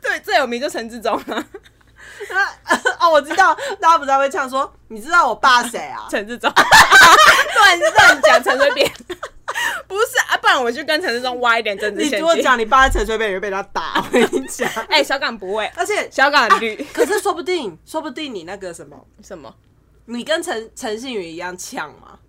A: 对， 最有名就陈志忠啊，
B: 哦，我知道，大家不知道会唱说，你知道我爸谁啊？
A: 陈志忠乱乱讲陈水扁， 不是啊，不然我就跟陈志忠挖一点政治
B: 你
A: 陷
B: 如果
A: 阱。
B: 讲你爸是陈水扁，你会被他打。我跟你 讲，
A: 哎、小港不会，
B: 而且
A: 小港很绿、
B: 可是说不定，说不定你那个什么，
A: 什么
B: 你跟陈陈信宇一样呛嘛？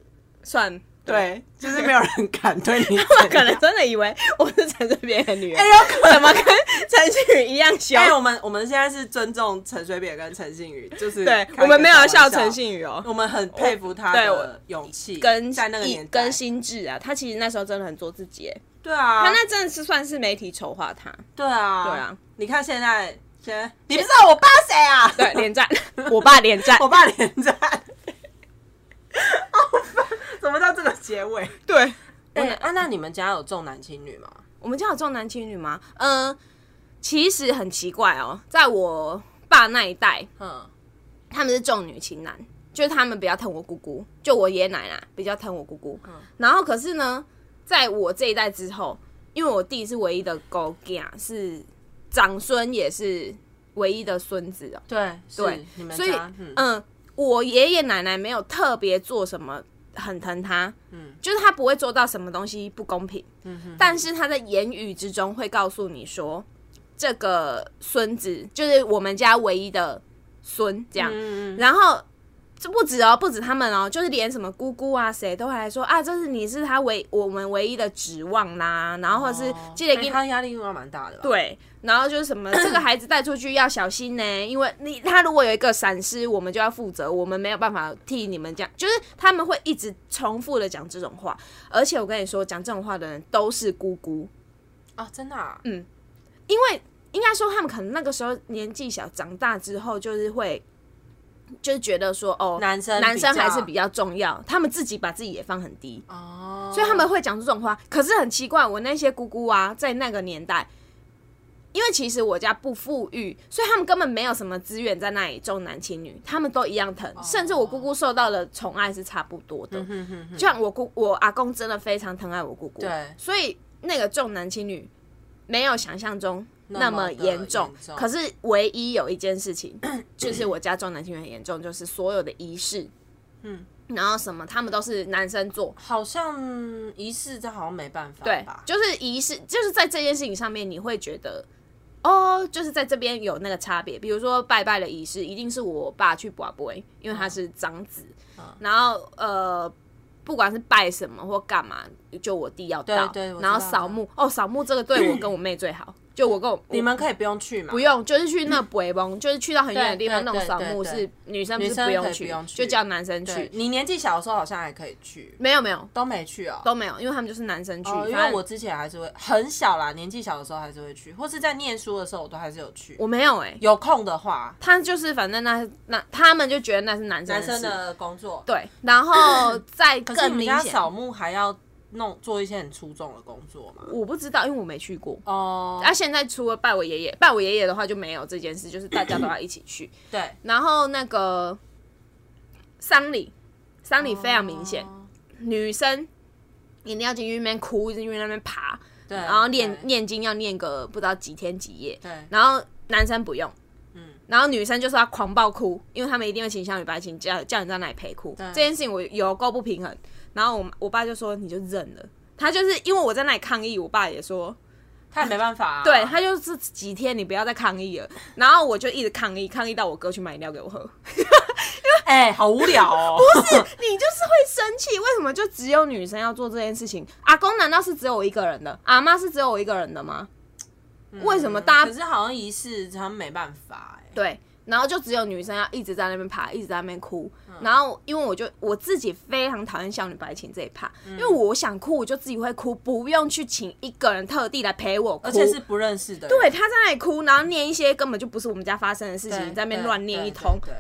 A: 算，
B: 对，就是没有人敢对你
A: 他们 可
B: 怎
A: 能
B: 样。
A: 真的以为我是陈水扁的女儿，
B: 哎、有可能
A: 怎么跟陈信宇一样凶？
B: 哎、我们我们现在是尊重陈水扁跟陈信宇，就是
A: 对
B: 开，个
A: 我们没有要
B: 小
A: 笑
B: 玩
A: 陈，信宇哦，
B: 我们很佩服他
A: 对我
B: 的勇气，
A: 跟
B: 在那个年代
A: 跟，心智啊，他其实那时候真的很做自己耶，
B: 对啊，
A: 他那真的是算是媒体丑化他，
B: 对啊，
A: 对啊，
B: 你看现在，现在你不知道我爸谁啊？
A: 对，连战，我爸连战
B: 我，爸连 战，好烦怎么到这个结尾？
A: 对，
B: 哎、啊，那你们家有重男轻女吗？
A: 我们家有重男轻女吗？嗯、其实很奇怪哦，在我爸那一代，
B: 嗯，
A: 他们是重女轻男，就是他们比较疼我姑姑，就我爷爷奶奶比较疼我姑姑。然后可是呢，在我这一代之后，因为我弟是唯一的狗囝，是长孙也是唯一的孙子哦，
B: 对
A: 对，
B: 你们
A: 所以
B: 家，嗯
A: 嗯、我爷爷奶奶没有特别做什么很疼他，
B: 嗯
A: 就是他不会做到什么东西不公平，
B: 嗯哼
A: 但是他在言语之中会告诉你说，这个孙子就是我们家唯一的孙这样，
B: 嗯嗯嗯
A: 然后这不止哦，不止他们哦，就是连什么姑姑啊，谁都会来说啊，这是你是他唯我们唯一的指望啦，然后或者是记得给
B: 哎
A: 你
B: 他压力应该蛮大的吧？，
A: 对，然后就是什么这个孩子带出去要小心 呢，因为你他如果有一个闪失，我们就要负责，我们没有办法替你们讲，就是他们会一直重复的讲这种话，而且我跟你说，讲这种话的人都是姑姑，
B: 哦，真的、啊，
A: 因为应该说他们可能那个时候年纪小，长大之后就是会。就是觉得说哦，
B: 男生
A: 男生还是
B: 比
A: 比较重要，他们自己把自己也放很低，
B: 哦，
A: 所以他们会讲这种话。可是很奇怪，我那些姑姑啊，在那个年代，因为其实我家不富裕，所以他们根本没有什么资源在那里重男轻女，他们都一样疼，甚至我姑姑受到的宠爱是差不多的。
B: 哦嗯哼哼哼
A: 就像我姑，我阿公真的非常疼爱我姑姑，
B: 对
A: 所以那个重男轻女没有想象中那
B: 么
A: 么
B: 的
A: 严重
B: 严。重
A: 可是唯一有一件事 情，就是我家重男轻女很严重，就是所有的仪式，嗯，然后什么他们都是男生做。
B: 好像仪式这好像没办法
A: 对
B: 吧，？
A: 就是仪式，就是在这件事情上面，你会觉得，哦，就是在这边有那个差别。比如说拜拜的仪式，一定是我爸去卜卜，因为他是长子，
B: 嗯
A: 然后呃，不管是拜什么或干嘛，就我弟要到，
B: 对对我知道
A: 然后扫墓，哦，扫墓这个对我跟我妹最 好，就我跟我
B: 你们可以不用去嘛，
A: 不
B: 不
A: 用，就是去那北蒙，就是去到很远的地方
B: 对
A: 那种扫墓
B: 对对
A: 是女生不是
B: 女生
A: 不
B: 可
A: 用
B: 以
A: 去，
B: 不用去
A: 就叫男生去，
B: 你年纪小的时候好像还可以去，
A: 没有没有
B: 都没去哦。
A: 都没有，因为他们就是男生去，
B: 哦因
A: 反
B: 为
A: 正
B: 我之前还是会很小啦，年纪小的时候还是会去，或是在念书的时候我都还是有去。
A: 我没有哎、
B: 有空的话，
A: 他就是反正那那他们就觉得那是男生
B: 男
A: 的
B: 生
A: 事，
B: 的工作，
A: 对，然后再
B: 可是
A: 更
B: 你们
A: 明
B: 家
A: 显，
B: 扫墓还要弄做一些很出众的工作嘛？
A: 我不知道，因为我没去过。
B: 哦、
A: 啊，现在除了拜我爷爷，拜我爷爷的话就没有这件事，就是大家都要一起去。
B: 对，
A: 然后那个丧礼，丧礼非常明显，
B: 哦
A: 女生一定要进去那边哭，进去那边爬，
B: 对，
A: 然后念
B: 对
A: 念经要念个不知道几天几夜，
B: 对
A: 然后男生不用，嗯，然后女生就是要狂暴哭，因为他们一定会倾向于白情，叫叫你在那里陪哭。这件事情我有够不平衡。然后我我爸就说你就忍了，他就是因为我在那里抗议，我爸也说，
B: 他也没办法、啊，
A: 对他就是几天你不要再抗议了。然后我就一直抗议，抗议到我哥去买饮料给我喝。
B: 哎、好无聊 哦。不是，
A: 你就是会生气，为什么就只有女生要做这件事情？阿公难道是只有我一个人的？阿妈是只有我一个人的吗？为什么大家
B: 可是好像仪式他们没办法哎、
A: 对，然后就只有女生要一直在那边爬，一直在那边哭。
B: 嗯
A: 然后因为我就我自己非常讨厌少女白情这一趴，
B: 嗯
A: 因为我想哭我就自己会哭，不用去请一个人特地来陪我哭。
B: 而且是不认识的人，
A: 对，他在那里哭，然后念一些根本就不是我们家发生的事
B: 对，
A: 情，在那边
B: 对
A: 乱念一通。
B: 对，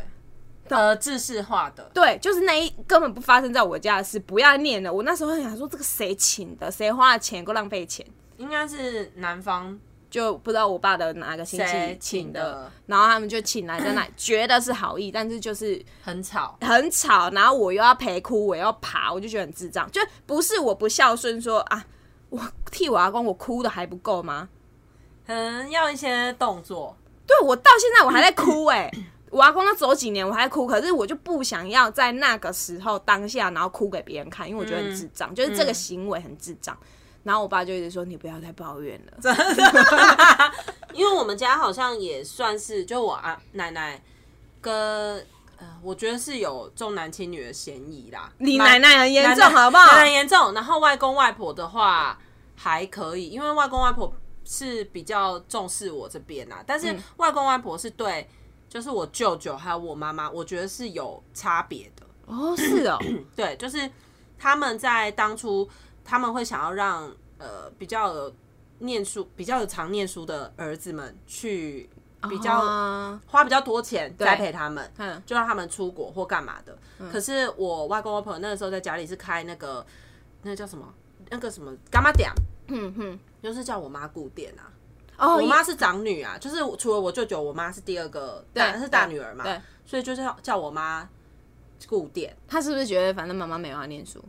B: 对呃，制式化的，
A: 对，就是那一根本不发生在我家的事，不要念了。我那时候想说，这个谁请的，谁花了钱，够浪费钱。
B: 应该是男方
A: 就不知道我爸的哪个亲戚
B: 谁
A: 请
B: 请
A: 的
B: 的，
A: 然后他们就请来在那里，觉得是好意，但是就是
B: 很吵，
A: 很吵，然后我又要陪哭，我又要爬，我就觉得很智障。就不是我不孝顺，说啊，我替我阿公我哭的还不够吗？
B: 可能要一些动作，
A: 对我到现在我还在哭 哎、我阿公他走几年我还在哭，可是我就不想要在那个时候当下，然后哭给别人看，因为我觉得很智障，就是这个行为很智障。然后我爸就一直说你不要再抱怨了，
B: 因为我们家好像也算是，就我啊奶奶跟呃，我觉得是有重男轻女的嫌疑啦。
A: 你奶
B: 蛮
A: 奶很严重
B: 奶奶
A: 好不好
B: 奶？奶严重，然后外公外婆的话还可以，因为外公外婆是比较重视我这边啦，但
A: 嗯
B: 是外公外婆是对，就是我舅舅还有我妈妈，我觉得是有差别的。
A: 哦，是 哦，
B: 对，就是他们在当初他们会想要让呃比较有念书、比较有常念书的儿子们去比较、
A: 啊
B: 花比较多钱栽培他们，
A: 嗯
B: 就让他们出国或干嘛的。可是我外公外婆那个时候在家里是开那个那个叫什么那个什么干嘛点，
A: 嗯哼，
B: 就是叫我妈顾店啊。
A: 哦，
B: 我妈是长女啊，就是除了我舅舅，我妈是第二个大
A: 对
B: 是大女儿嘛
A: 对，
B: 所以就是要叫我妈顾店。
A: 他是不是觉得反正妈妈没有要念书，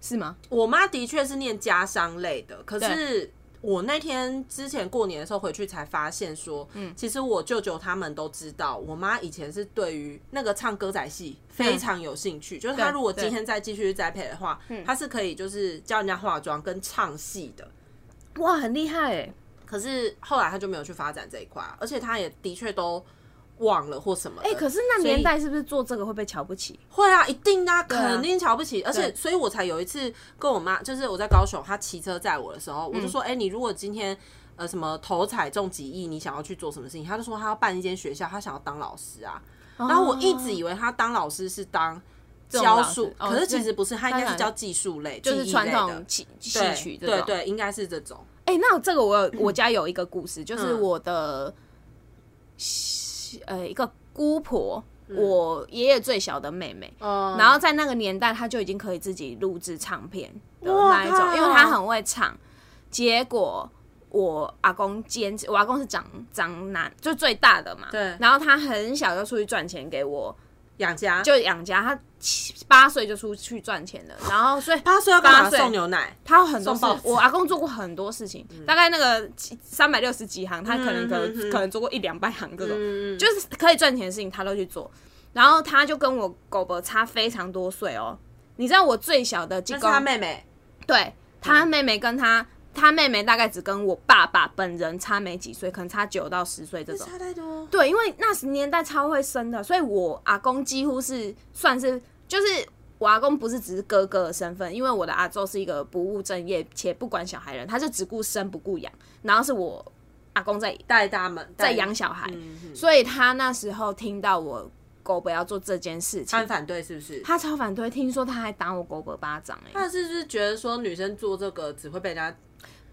A: 是吗？
B: 我妈的确是念家商类的，可是我那天之前过年的时候回去才发现说，嗯，其实我舅舅他们都知道，我妈以前是对于那个唱歌仔戏非常有兴趣，就是她
A: 嗯对
B: 如果
A: 对嗯
B: 今天再继续栽培的话，她是可以就是教人家化妆跟唱戏的。
A: 哇，很厉害哎！
B: 可是后来她就没有去发展这一块啊，而且她也的确都。忘了或什么的。
A: 哎、可是那年代是不是做这个会被瞧不起？
B: 会啊，一定的、啊，
A: 啊
B: 肯定瞧不起。而且，所以我才有一次跟我妈，就是我在高雄，她骑车载我的时候，
A: 嗯
B: 我就说：“哎、你如果今天呃什么头彩中几亿，你想要去做什么事情？”她就说她要办一间学校，她想要当老师啊。然后我一直以为她当老师是当
A: 哦种
B: 教
A: 老师
B: 术，
A: 哦
B: 可是
A: 对
B: 其实不是，她应该
A: 当
B: 是
A: 然
B: 教技术类，
A: 就
B: 技
A: 是
B: 艺
A: 传
B: 类
A: 统
B: 的
A: 戏戏
B: 对
A: 曲这种。
B: 对对，应该是这种。
A: 哎、那这个我有我家有一个故事，就是我的、呃一个姑婆，我爷爷最小的妹妹，
B: 嗯
A: 然后在那个年代，她就已经可以自己录制唱片的那一种
B: 哇，靠
A: 因为她很会唱。结果我阿公坚持，我阿公是长长男，就最大的嘛，
B: 对
A: 然后他很小就出去赚钱给我，
B: 养家
A: 就养家。他七八岁就出去赚钱了，然后所以
B: 八岁要干嘛？
A: 八岁
B: 送牛奶。
A: 他有很多
B: 送
A: 事
B: 报纸，嗯
A: 我阿公做过很多事情，大概那个三百六十几行，他可能可、
B: 嗯嗯嗯
A: 可能做过一两百行这种，
B: 嗯，就
A: 就是可以赚钱的事情他都去做。然后他就跟我狗伯差非常多岁哦，你知道我最小的
B: 那
A: 舅
B: 是
A: 公，
B: 她妹嗯妹。
A: 对他妹妹跟他。他妹妹大概只跟我爸爸本人差没几岁，可能差九到十岁这种。
B: 差太多。
A: 对，因为那时年代超会生的，所以我阿公几乎是算是就是我阿公不是只是哥哥的身份，因为我的阿周是一个不务正业且不管小孩人，他就只顾生不顾养，然后是我阿公在
B: 带他们
A: 在养，小孩，
B: 嗯嗯
A: 所以他那时候听到我狗伯要做这件事
B: 他很
A: 情，
B: 反对是不是？
A: 他超反对，听说他还打我狗伯巴掌哎、
B: 他是不是觉得说女生做这个只会被人家？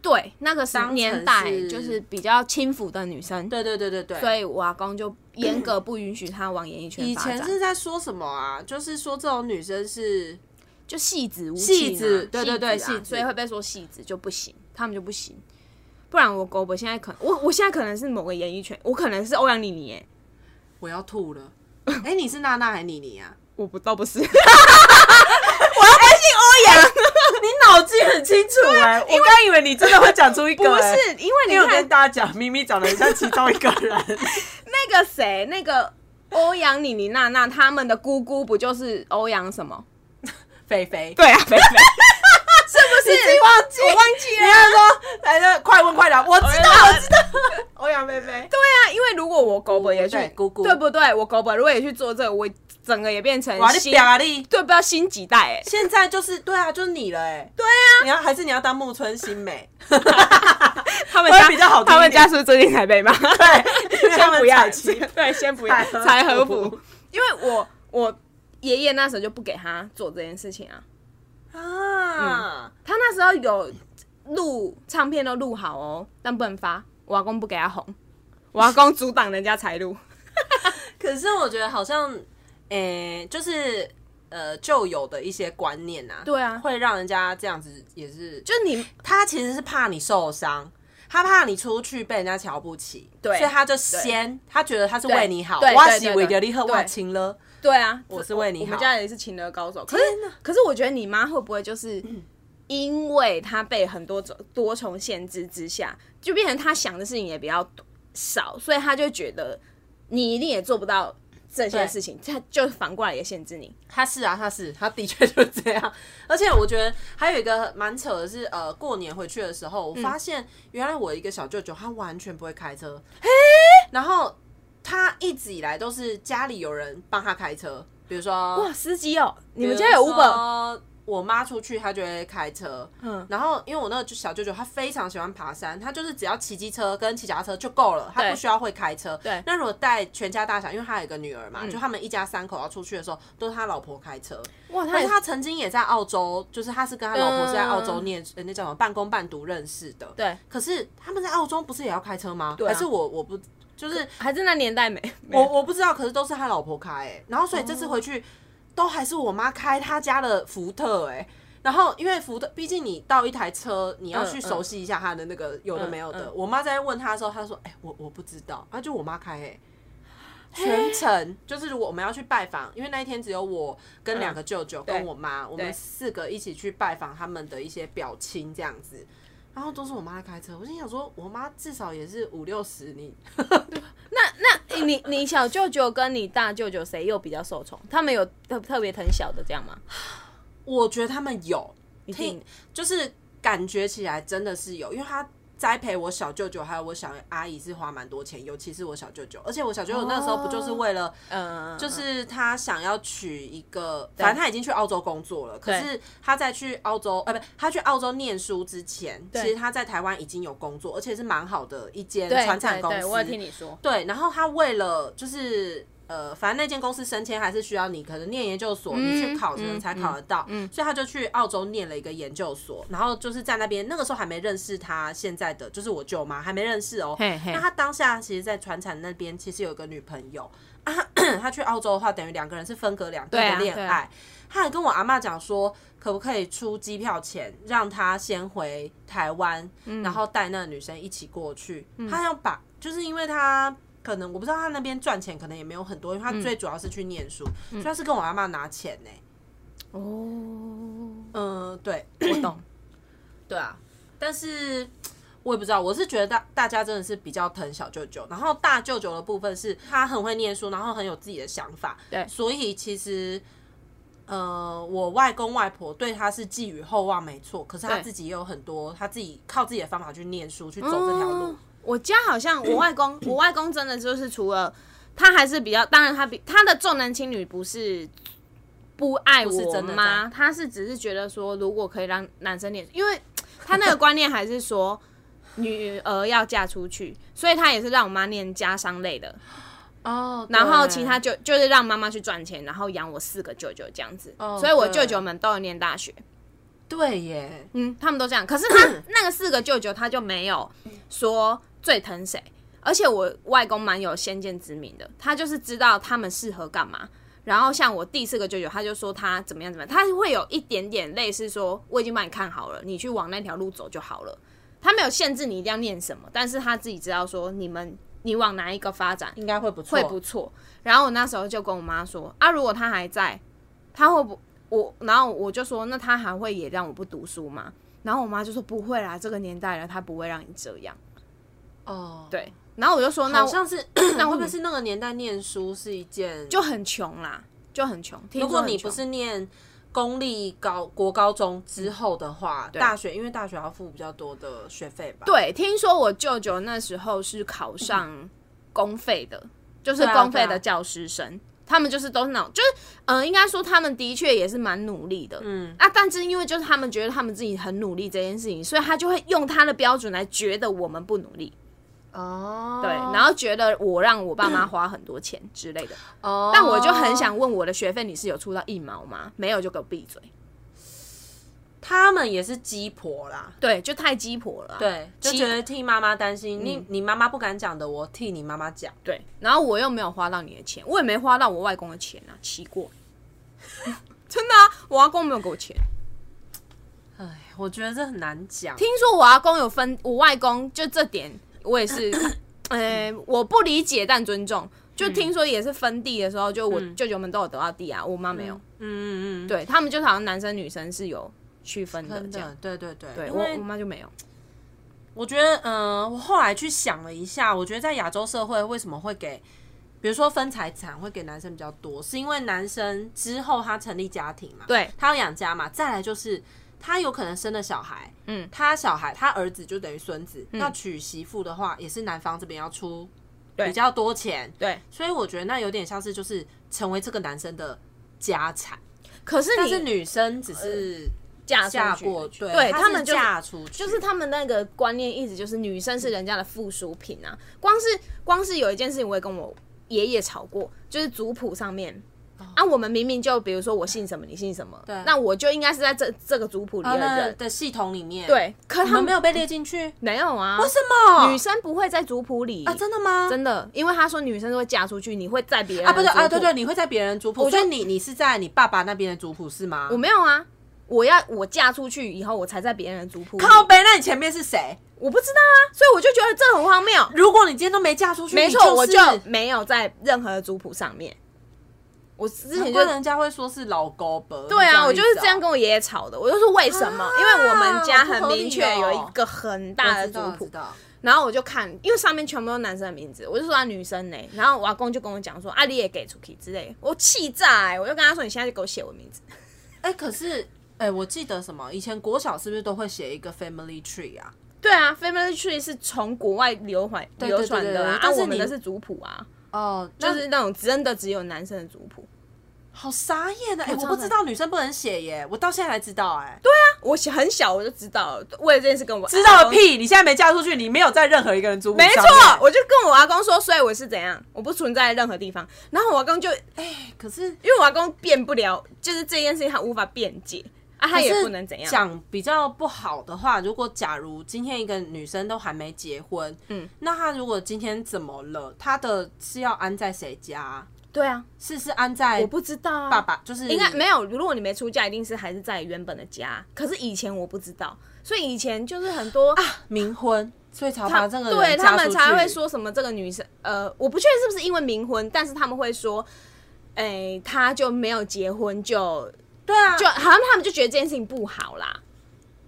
A: 对，那个时
B: 当成
A: 年代
B: 是
A: 就是比较轻浮的女生，
B: 对对对对对。
A: 所以我阿公就严格不允许她往演艺圈
B: 以
A: 发展。
B: 前是在说什么啊？就是说这种女生是
A: 就戏子无
B: 戏子对对对
A: 戏
B: 戏
A: 子啊，
B: 子
A: 所以会被说戏子就不行，他们就不行。不然我狗，我现在可能我我现在可能是某个演艺圈，我可能是欧阳妮妮耶，
B: 我要吐 了。哎、你是娜娜还是妮妮啊？
A: 我不倒不是，
B: 你脑筋很清楚欸哎、我刚以为你真的会讲出一哎
A: 不是因为你看
B: 大家讲，咪咪长得很像其中一个人。
A: 那个谁，那个欧阳妮妮娜娜他们的姑姑不就是欧阳什么？
B: 肥肥，
A: 对啊，没没，是不
B: 你自己
A: 是？
B: 忘记？
A: 我忘记
B: 你要说，来这快问快答，我知道，我知道。
C: 欧阳菲菲。
A: 对啊，因为如果我狗本也去
B: 对姑姑
A: 对不对？我狗本如果也去做这个，我整个也变成
B: 哇，你
A: 新
B: 表啊你！
A: 对，不知道新几代哎，
B: 现在就是对啊，就是你了哎、
A: 对啊，
B: 你要还是你要当木村新美？
A: 他们家
B: 会比较好听一点
A: 他们家是不是最近才被骂？
B: 对，因为他
A: 先
B: 们
A: 不要，
B: 彩旗
A: 先对，先不要
B: 才和
A: 才和
B: 服
A: 服，因为我我爷爷那时候就不给他做这件事情啊，
B: 啊，
A: 他那时候有录唱片都录好哦，但不能发，我阿公不给他红，我阿公阻挡人家财路，
B: 可是我觉得好像，诶、就是呃旧有的一些观念啊，
A: 对啊
B: 会让人家这样子也是，
A: 就你
B: 他其实是怕你受伤。他怕你出去被人家瞧不起，
A: 对
B: 所以他就先，他觉得他是为你好，
A: 对对
B: 我
A: 对
B: 是
A: 对
B: 为了你好，
A: 对
B: 我亲了，
A: 对啊，
B: 我是为你
A: 我们
B: 好
A: 家也是情乐高手，可是可是我觉得你妈会不会就是因为她被很多种多重限制之下，就变成她想的事情也比较多少，所以她就觉得你一定也做不到这些事情，她就反过来也限制你。
B: 他是啊，他是，他的确就是这样。而且我觉得还有一个蛮扯的是，呃，过年回去的时候，我发现原来我一个小舅舅他完全不会开车，然后他一直以来都是家里有人帮他开车，比如说
A: 哇，司机哦，你
B: 你
A: 们家有 Uber？
B: 我妈出去，她就会开车。
A: 嗯
B: 嗯，然后因为我那个小舅舅，他非常喜欢爬山，他就是只要骑机车跟骑脚踏车就够了，他
A: 对
B: 不需要会开车。
A: 对
B: 那如果带全家大小，因为他有一个女儿嘛，就他们一家三口要出去的时候，都是他老婆开车。
A: 哇，
B: 但
A: 他
B: 是
A: 他
B: 他曾经也在澳洲，就是他是跟他老婆是在澳洲念，呃，那叫什么半工半读认识的。。
A: 对，
B: 可是他们在澳洲不是也要开车吗？
A: 啊
B: 还是我我不就是
A: 还是那年代没
B: 我我不知道，可是都是他老婆开、欸，然后所以这次
A: 哦
B: 回去、都还是我妈开她家的福特、欸，然后因为福特，毕竟你到一台车，你要去熟悉一下它的那个有的没有的。
A: 嗯嗯
B: 我妈在问他的时候，她说：“哎、我我不知道。”啊，就我妈开、欸，全程就是如果我们要去拜访，因为那一天只有我跟两个舅舅、跟我妈，我
A: 嗯对
B: 们四个一起去拜访他们的一些表亲这样子。然后都是我妈在开车，我心想说，我妈至少也是五六十，你
A: 那那你你小舅舅跟你大舅舅谁又比较受宠？他们有特特别疼小的这样吗？
B: 我觉得他们有
A: 定
B: 听，就是感觉起来真的是有，因为他栽培我小舅舅还有我小阿姨是花蛮多钱，尤其是我小舅舅，而且我小舅舅那时候不就是为了，
A: 嗯，就
B: 就是他想要娶一个，反正他已经去澳洲工作了，可是他在去澳洲，呃，不，他去澳洲念书之前，其实他在台湾已经有工作，而且是蛮好的一间船产公司，
A: 我有听你说，
B: 对，然后他为了就是呃，反正那间公司升迁还是需要你可能念研究所，你去考可能才考得到，所以他就去澳洲念了一个研究所，然后就是在那边那个时候还没认识他现在的就是我舅妈还没认识哦，
A: 嘿嘿
B: 那他当下其实，在船产那边其实有一个女朋友。 啊、他去澳洲的话，等于两个人是分隔两地
A: 对
B: 的
A: 啊
B: 恋
A: 对
B: 爱。
A: 啊
B: 他还跟我阿妈讲说，可不可以出机票钱让他先回台湾，
A: 嗯
B: 然后带那个女生一起过去。他要把，就是因为他可能我不知道他那边赚钱可能也没有很多，因
A: 嗯
B: 为他最主要是去念书，所以他是跟我阿妈拿钱呢、
A: 哦，
B: 嗯、对，
A: 我懂，
B: 对啊，但是我也不知道，我是觉得大大家真的是比较疼小舅舅，然后大舅舅的部分是他很会念书，然后很有自己的想法，
A: 对
B: 所以其实。呃，我外公外婆对他是寄予厚望，没错。可是他
A: 对
B: 自己也有很多，他自己靠自己的方法去念书，去走这条路。
A: 哦我家好像我外 公，我外公真的就是除了他还是比较，当然他比他的重男轻女不是不爱
B: 不是
A: 我
B: 真的这
A: 妈，
B: 样
A: 他是只是觉得说，如果可以让男生念，因为他那个观念还是说女儿要嫁出去，所以他也是让我妈念家商类的，
B: 哦，
A: 然后其他就就是让妈妈去赚钱，然后养我四个舅舅这样子，
B: 哦
A: 所以我
B: 对
A: 舅舅们都有念大学。
B: 对耶，
A: 嗯，他们都这样。可是他那个四个舅舅，他就没有说最疼谁。而且我外公蛮有先见之明的，他就是知道他们适合干嘛。然后像我第四个舅舅，他就说他怎么样怎么样，他会有一点点类似说我已经帮你看好了，你去往那条路走就好了。他没有限制你一定要念什么，但是他自己知道说你们你往哪一个发展
B: 应该会不错，
A: 会不错。然后我那时候就跟我妈说啊，如果他还在，他会不我？然后我就说，那他还会也让我不读书吗？然后我妈就说不会啦，这个年代了，他不会让你这样。
B: 哦。，
A: 对，然后我就说那
B: 好
A: 我
B: 像是， 那会不会是那个年代念书是一件
A: 就很穷啦，就很穷。听
B: 如
A: 说
B: 果
A: 很
B: 你
A: 穷
B: 不是念公立高国高中之后的话，大学因为大学要付比较多的学费吧？，
A: 对，听说我舅舅那时候是考上公费的，就是
B: 啊
A: 公费
B: 对
A: 的
B: 啊
A: 教师生。他们就是都是那种，就是嗯、呃应该说他们的确也是蛮努力的，嗯啊，但是因为就是他们觉得他们自己很努力这件事情，所以他就会用他的标准来觉得我们不努力，
B: 哦，
A: 对，然后觉得我让我爸妈花很多钱之类的。
B: 哦，
A: 但我就很想问，我的学费你是有出到一毛吗？没有就给我闭嘴。
B: 他们也是鸡婆啦。
A: 对，就太鸡婆了啊、
B: 对，就
A: 鸡
B: 觉得替妈妈担心，你你妈妈不敢讲的，我替你妈妈讲。
A: 对，然后我又没有花到你的钱，我也没花到我外公的钱啊，奇怪。 真的啊，我阿公没有给我钱。
B: 哎，我觉得这很难讲。
A: 听说我阿公有分，我外公就这点，我也是，呃，我不理解但尊重。就
B: 嗯
A: 听说也是分地的时候，就我舅舅们都有得到地啊，我妈没有。
B: 嗯嗯嗯，
A: 对他们就是好像男生女生是有区分的
B: 真
A: 这样
B: 的，。对对对，
A: 对
B: 因
A: 我
B: 为
A: 我妈就没有。
B: 我觉得，嗯、我后来去想了一下，我觉得在亚洲社会为什么会给，比如说分财产会给男生比较多，是因为男生之后他成立家庭嘛，
A: 对
B: 他要养家嘛，再来就是他有可能生了小孩，
A: 嗯
B: 他小孩他儿子就等于孙子，那娶媳妇的话也是男方这边要出比较多钱，
A: 对，
B: 所以我觉得那有点像是就是成为这个男生的家产，
A: 可是
B: 但
A: 你
B: 是女生只是
A: 嫁出
B: 嫁
A: 去
B: 过，对，
A: 对
B: 她
A: 他
B: 是
A: 们就是
B: 嫁出去，就
A: 就是他们那个观念一直就是女生是人家的附属品啊。光是光是有一件事情，我也跟我爷爷吵过，就是族谱上面。
B: 哦
A: 啊，我们明明就比如说我姓什么，你姓什么，对那我就应该是在这这个族谱里
B: 他
A: 的
B: 们
A: 人，
B: 的系统里面，。
A: 对。可
B: 你
A: 他们
B: 们没有被列进去？
A: 没有啊，
B: 为什么？
A: 女生不会在族谱里
B: 啊，真的吗？
A: 真的，因为他说女生会嫁出去，你会在别人
B: 啊，不对
A: 的族
B: 啊，
A: 谱
B: 对对，，你会在别人族谱，
A: 就
B: 所以你你是在你爸爸那边的族谱是吗
A: 我？没有啊。我要我嫁出去以后，我才在别人的族谱里。
B: 靠背，那你前面是谁？
A: 我不知道啊，所以我就觉得这很荒谬。
B: 如果你今天都没嫁出去，
A: 没
B: 你
A: 错，我
B: 是
A: 就没有在任何的族谱上面。我之前
B: 难
A: 就
B: 怪人家会说是老勾伯。
A: 对啊，我
B: 你
A: 就是
B: 知道
A: 这样跟我爷爷吵的。我就说为什么？因为我们家很明确
B: 好不合
A: 有
B: 理哦
A: 一个很
B: 啊我
A: 大的
B: 知
A: 族
B: 道
A: 谱
B: 知，道
A: 然后我就看，因为上面全部都是男生的名字，我就说他女生呢、然后我阿公就跟我讲说啊，你也给出去之类，我气炸、欸，我就跟他说你现在就给我写我名字。
B: 哎，可是哎，我记得什么？以前国小是不是都会写一个 family tree 啊？
A: 对啊，family tree 是从国外流传
B: 对对
A: 流传的
B: 对对
A: 啊，
B: 但
A: 啊，
B: 是
A: 我们的
B: 你
A: 是族谱啊，
B: 哦，
A: 就
B: 那
A: 是那种真的只有男生的族谱。
B: 好傻眼的、哎、
A: 超
B: 我不
A: 傻
B: 知道女生不能写耶，我到现在才知道、哎，
A: 我小很小我就知道了，为了这件事跟我
B: 知道
A: 阿
B: 个
A: 公
B: 屁！你现在没嫁出去，你没有在任何一个人租屋
A: 没
B: 上
A: 错
B: 面，
A: 我就跟我阿公说，所以我是怎样，我不存在任何地方。然后我阿公就，因
B: 哎可是
A: 为我阿公辩不了，就是这件事情他无法辩解啊，他也
B: 可是
A: 不能怎样。
B: 讲比较不好的话，如果假如今天一个女生都还没结婚，嗯，那她如果今天怎么了，她的是要安在谁家？
A: 对啊，
B: 是是安在
A: 我不知道啊，
B: 爸爸，就是
A: 应该没有。如果你没出嫁，一定是还是在原本的家。可是以前我不知道，所以以前就是很多
B: 冥婚，所以才
A: 他
B: 把啊这个人
A: 对
B: 嫁
A: 他们
B: 出
A: 才
B: 去
A: 会说什么这个女生，呃，我不确定是不是因为冥婚，但是他们会说，哎、他就没有结婚就
B: 对啊，
A: 就好像他们就觉得这件事情不好啦。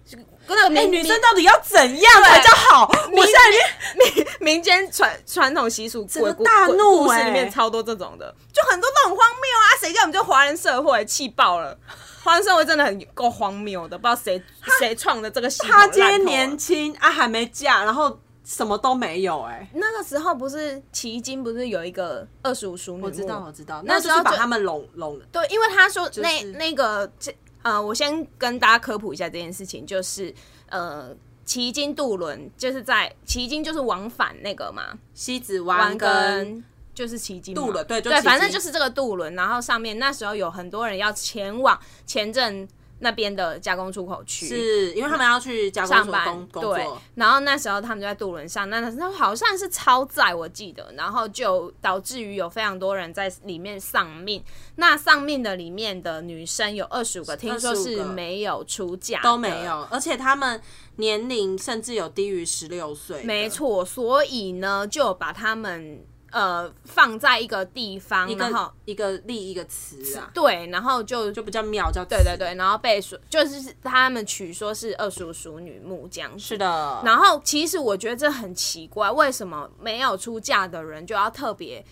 A: 真的，
B: 哎、
A: 民
B: 女生到底要怎样才叫好？ 我现在已经
A: 民民民间传传统习俗，
B: 整个
A: 鬼故
B: 大
A: 鬼
B: 怒
A: 故事
B: 欸
A: 里面超多这种的，就很多都很荒谬啊！谁叫我们就华人社会气爆了？华人社会真的很够荒谬的，不知道谁谁创的这个习
B: 她
A: 俗
B: 今天
A: 烂透了
B: 年轻啊，还没嫁，然后什么都没有、哎。
A: 那个时候不是奇经不是有一个二十五淑女？
B: 我知道，我知道，
A: 那
B: 那
A: 时
B: 就
A: 候
B: 是把
A: 就
B: 他们拢拢
A: 对，因为他说、
B: 就是
A: 那那个这呃，我先跟大家科普一下这件事情，就是呃，奇经渡轮就是在奇经就是往返那个嘛，
B: 西子
A: 湾
B: 湾跟
A: 跟就是奇经
B: 渡轮对就
A: 对，
B: 旗津
A: 反正就是这个渡轮，然后上面那时候有很多人要前往前镇那边的加工出口区
B: 是因为他们要去加工
A: 上
B: 所
A: 班
B: 工工
A: 对
B: 作，，
A: 然后那时候他们就在渡轮上，那那好像是超载，我记得，然后就导致于有非常多人在里面丧命。那丧命的里面的女生有二十五个，听说是没有出嫁的
B: 都没。有，而且他们年龄甚至有低于十六岁，
A: 没，错，所以呢，就把他们呃放在一个地方，
B: 一
A: 然后
B: 个一个立一个词啊，
A: 对，然后就
B: 就不叫庙，叫对
A: 对对，对，然后被说就是他们取说是二叔叔女木这样子
B: 是的，
A: 然后其实我觉得这很奇怪，为什么没有出嫁的人就要特别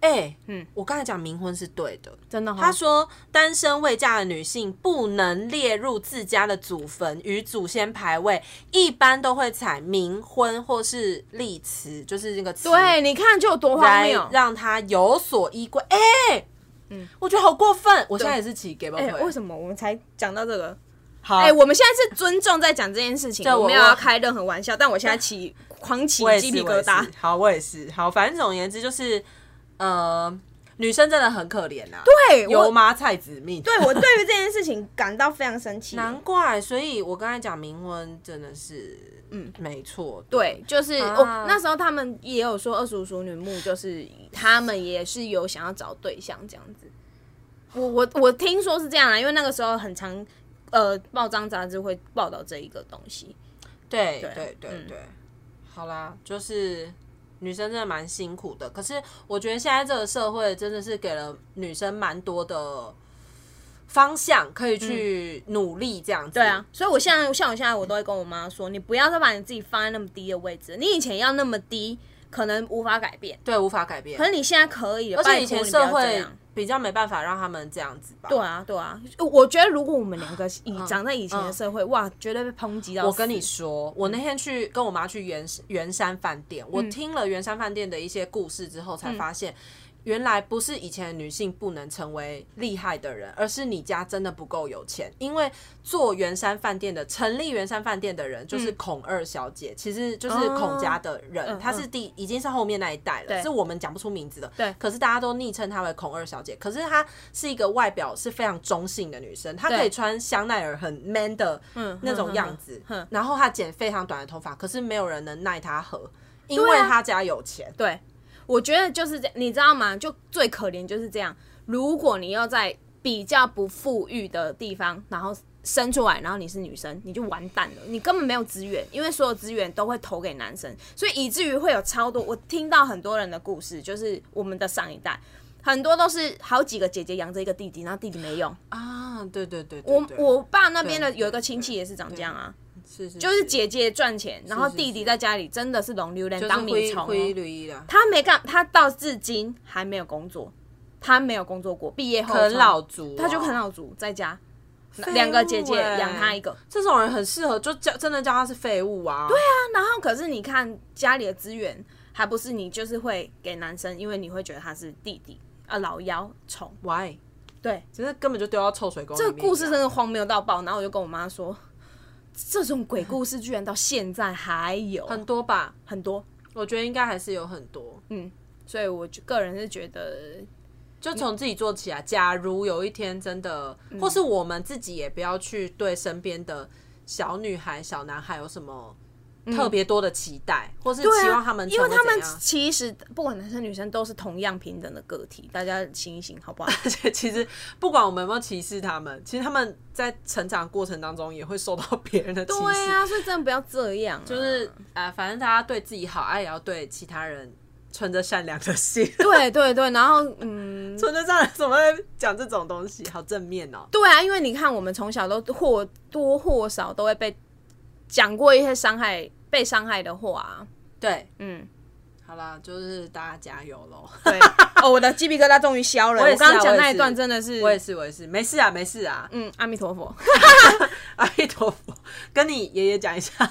B: 哎，嗯，我刚才讲冥婚是对的，哦
A: 真的
B: 他
A: 他
B: 说，单身未嫁的女性不能列入自家的祖坟与祖先牌位，一般都会采冥婚或是立祠，就是那个祠
A: 对，你看就有多荒
B: 来
A: 谬。
B: 让他有所依归。哎、嗯，我觉得好过分。我现在也是起给吧，
A: 哎、为
B: 么？
A: 什么我们才讲到这个？
B: 好，
A: 哎、我们现在是尊重在讲这件事情，
B: 这我
A: 我没有要
B: 我
A: 开任何玩笑，但我现在起狂起
B: 我也是
A: 鸡皮疙。
B: 我
A: 瘩
B: 也是。好，我也是。好，反正总而言之就是，呃，女生真的很可怜啊。
A: 对，
B: 油
A: 哎我
B: 妈菜籽命。
A: 对我对于这件事情感到非常生气。
B: 难怪，所以我刚才讲冥婚真的是，嗯，没错，
A: 对，就是我、
B: 啊
A: 那时候他们也有说二叔叔女墓，就是他们也是有想要找对象这样子。我我我听说是这样啦，因为那个时候很常呃报章杂志会报道这一个东西。
B: 对
A: 对
B: 对对
A: 嗯
B: 对，好啦，就是女生真的蛮辛苦的。可是我觉得现在这个社会真的是给了女生蛮多的方向，可以去努力这样子。
A: 嗯对啊，，所以我现在像我现在我都会跟我妈说，你不要再把你自己放在那么低的位置，你以前要那么低，可能无法改变，
B: 对，无法改变
A: 可。是你现在可以了，
B: 而
A: 拜托
B: 且以前
A: 你不要
B: 社
A: 这
B: 会
A: 样
B: 比较没办法让他们这样子吧。
A: 对啊，对啊，我觉得如果我们两个以长在以前的
B: 嗯
A: 社会，哇，绝对被抨击到死。
B: 我跟你说，我那天去跟我妈去圆圆山饭店，我
A: 嗯
B: 听了圆山饭店的一些故事之后，才发现。原来不是以前的女性不能成为厉害的人，而是你家真的不够有钱。因为做圆山饭店的、成立圆山饭店的人
A: 嗯
B: 就是孔二小姐，其实就是孔家的人，她、是第已经是后面那一代了，
A: 哦嗯对
B: 是我们讲不出名字的。
A: 对
B: 可是大家都昵称她为孔二小姐。可是她是一个外表是非常中性的女生，她可
A: 对
B: 以
A: 嗯
B: 穿香奈儿很 man 的那种样子。
A: 哼哼
B: 然后她剪非常短的头发，可是没有人能奈她何，因
A: 对
B: 为
A: 啊
B: 她家有钱。
A: 对，我觉得就是这，你知道吗？就最可怜就是这样。如果你要在比较不富裕的地方，然后生出来，然后你是女生，你就完蛋了，你根本没有资源，因为所有资源都会投给男生，所以以至于会有超多。我听到很多人的故事，就是我们的上一代。很多都是好几个姐姐养着一个弟弟，然后弟弟没用。
B: 啊，对对对对
A: 我
B: 对
A: 我爸那边的
B: 对
A: 有一个亲戚也是长这样啊，
B: 是是
A: 就是姐姐赚钱，然后弟弟
B: 是
A: 在家里真的是龙榴莲
B: 就是
A: 当米
B: 灰
A: 虫哦、
B: 灰驴啦，
A: 他没干，他到至今还没有工作，他没有工作过，毕业后
B: 啃老族哦，
A: 他就啃老族在家，
B: 物
A: 两个姐姐
B: 欸
A: 养他一个。
B: 这种人很适合，就叫真的叫他是废物啊。对啊，
A: 然后可是你看家里的资源，还不是你就是会给男生，因为你会觉得他是弟弟啊，老幺宠。
B: why？
A: 对，
B: 只是根本就丢到臭水沟。
A: 这个故事真的荒谬到爆，然后我就跟我妈说，这种鬼故事居然到现在还有
B: 很多吧？
A: 很多，
B: 我觉得应该还是有很多。
A: 嗯，所以我就个人是觉得，
B: 就从自己做起啊。假如有一天真的，或是我们自己也不要去对身边的小女孩、小男孩有什么特别多的期待，或是期望他们
A: 因为啊
B: 成啊为
A: 他们
B: 怎样
A: 其实不管男生女生都是同样平等的个体，大家醒一醒好不好？
B: 而 且其实不管我们有没有歧视他们，其实他们在成长过程当中也会受到别人的歧视。
A: 对啊，所以真的不要这样啊、就
B: 就是啊、呃反正大家对自己好，爱也要对其他人存着善良的心。
A: 对对对，然后嗯，
B: 存着善良怎么会讲这种东西？好正面哦。
A: 对啊，因为你看我们从小都或多或少都会被讲过一些伤害、被伤害的话啊，
B: 对，
A: 嗯。
B: 好啦，就是大家加油喽。
A: 对， 哦，我的鸡皮疙瘩终于消了。
B: 我也
A: 我
B: 是啊
A: 刚刚讲
B: 我也
A: 那
B: 是
A: 一段真的是，
B: 我也是，我也是，没事啊，没事啊。
A: 嗯，阿弥陀佛，
B: 阿弥陀佛，跟你爷爷讲一下，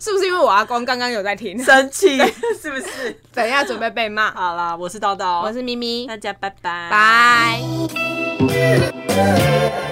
A: 是不是因为我阿公刚刚有在听？
B: 生气是不是？
A: 等一下准备被骂。
B: 好啦，我是叨叨，
A: 我是咪咪，
B: 大家拜拜，
A: 拜。
C: thank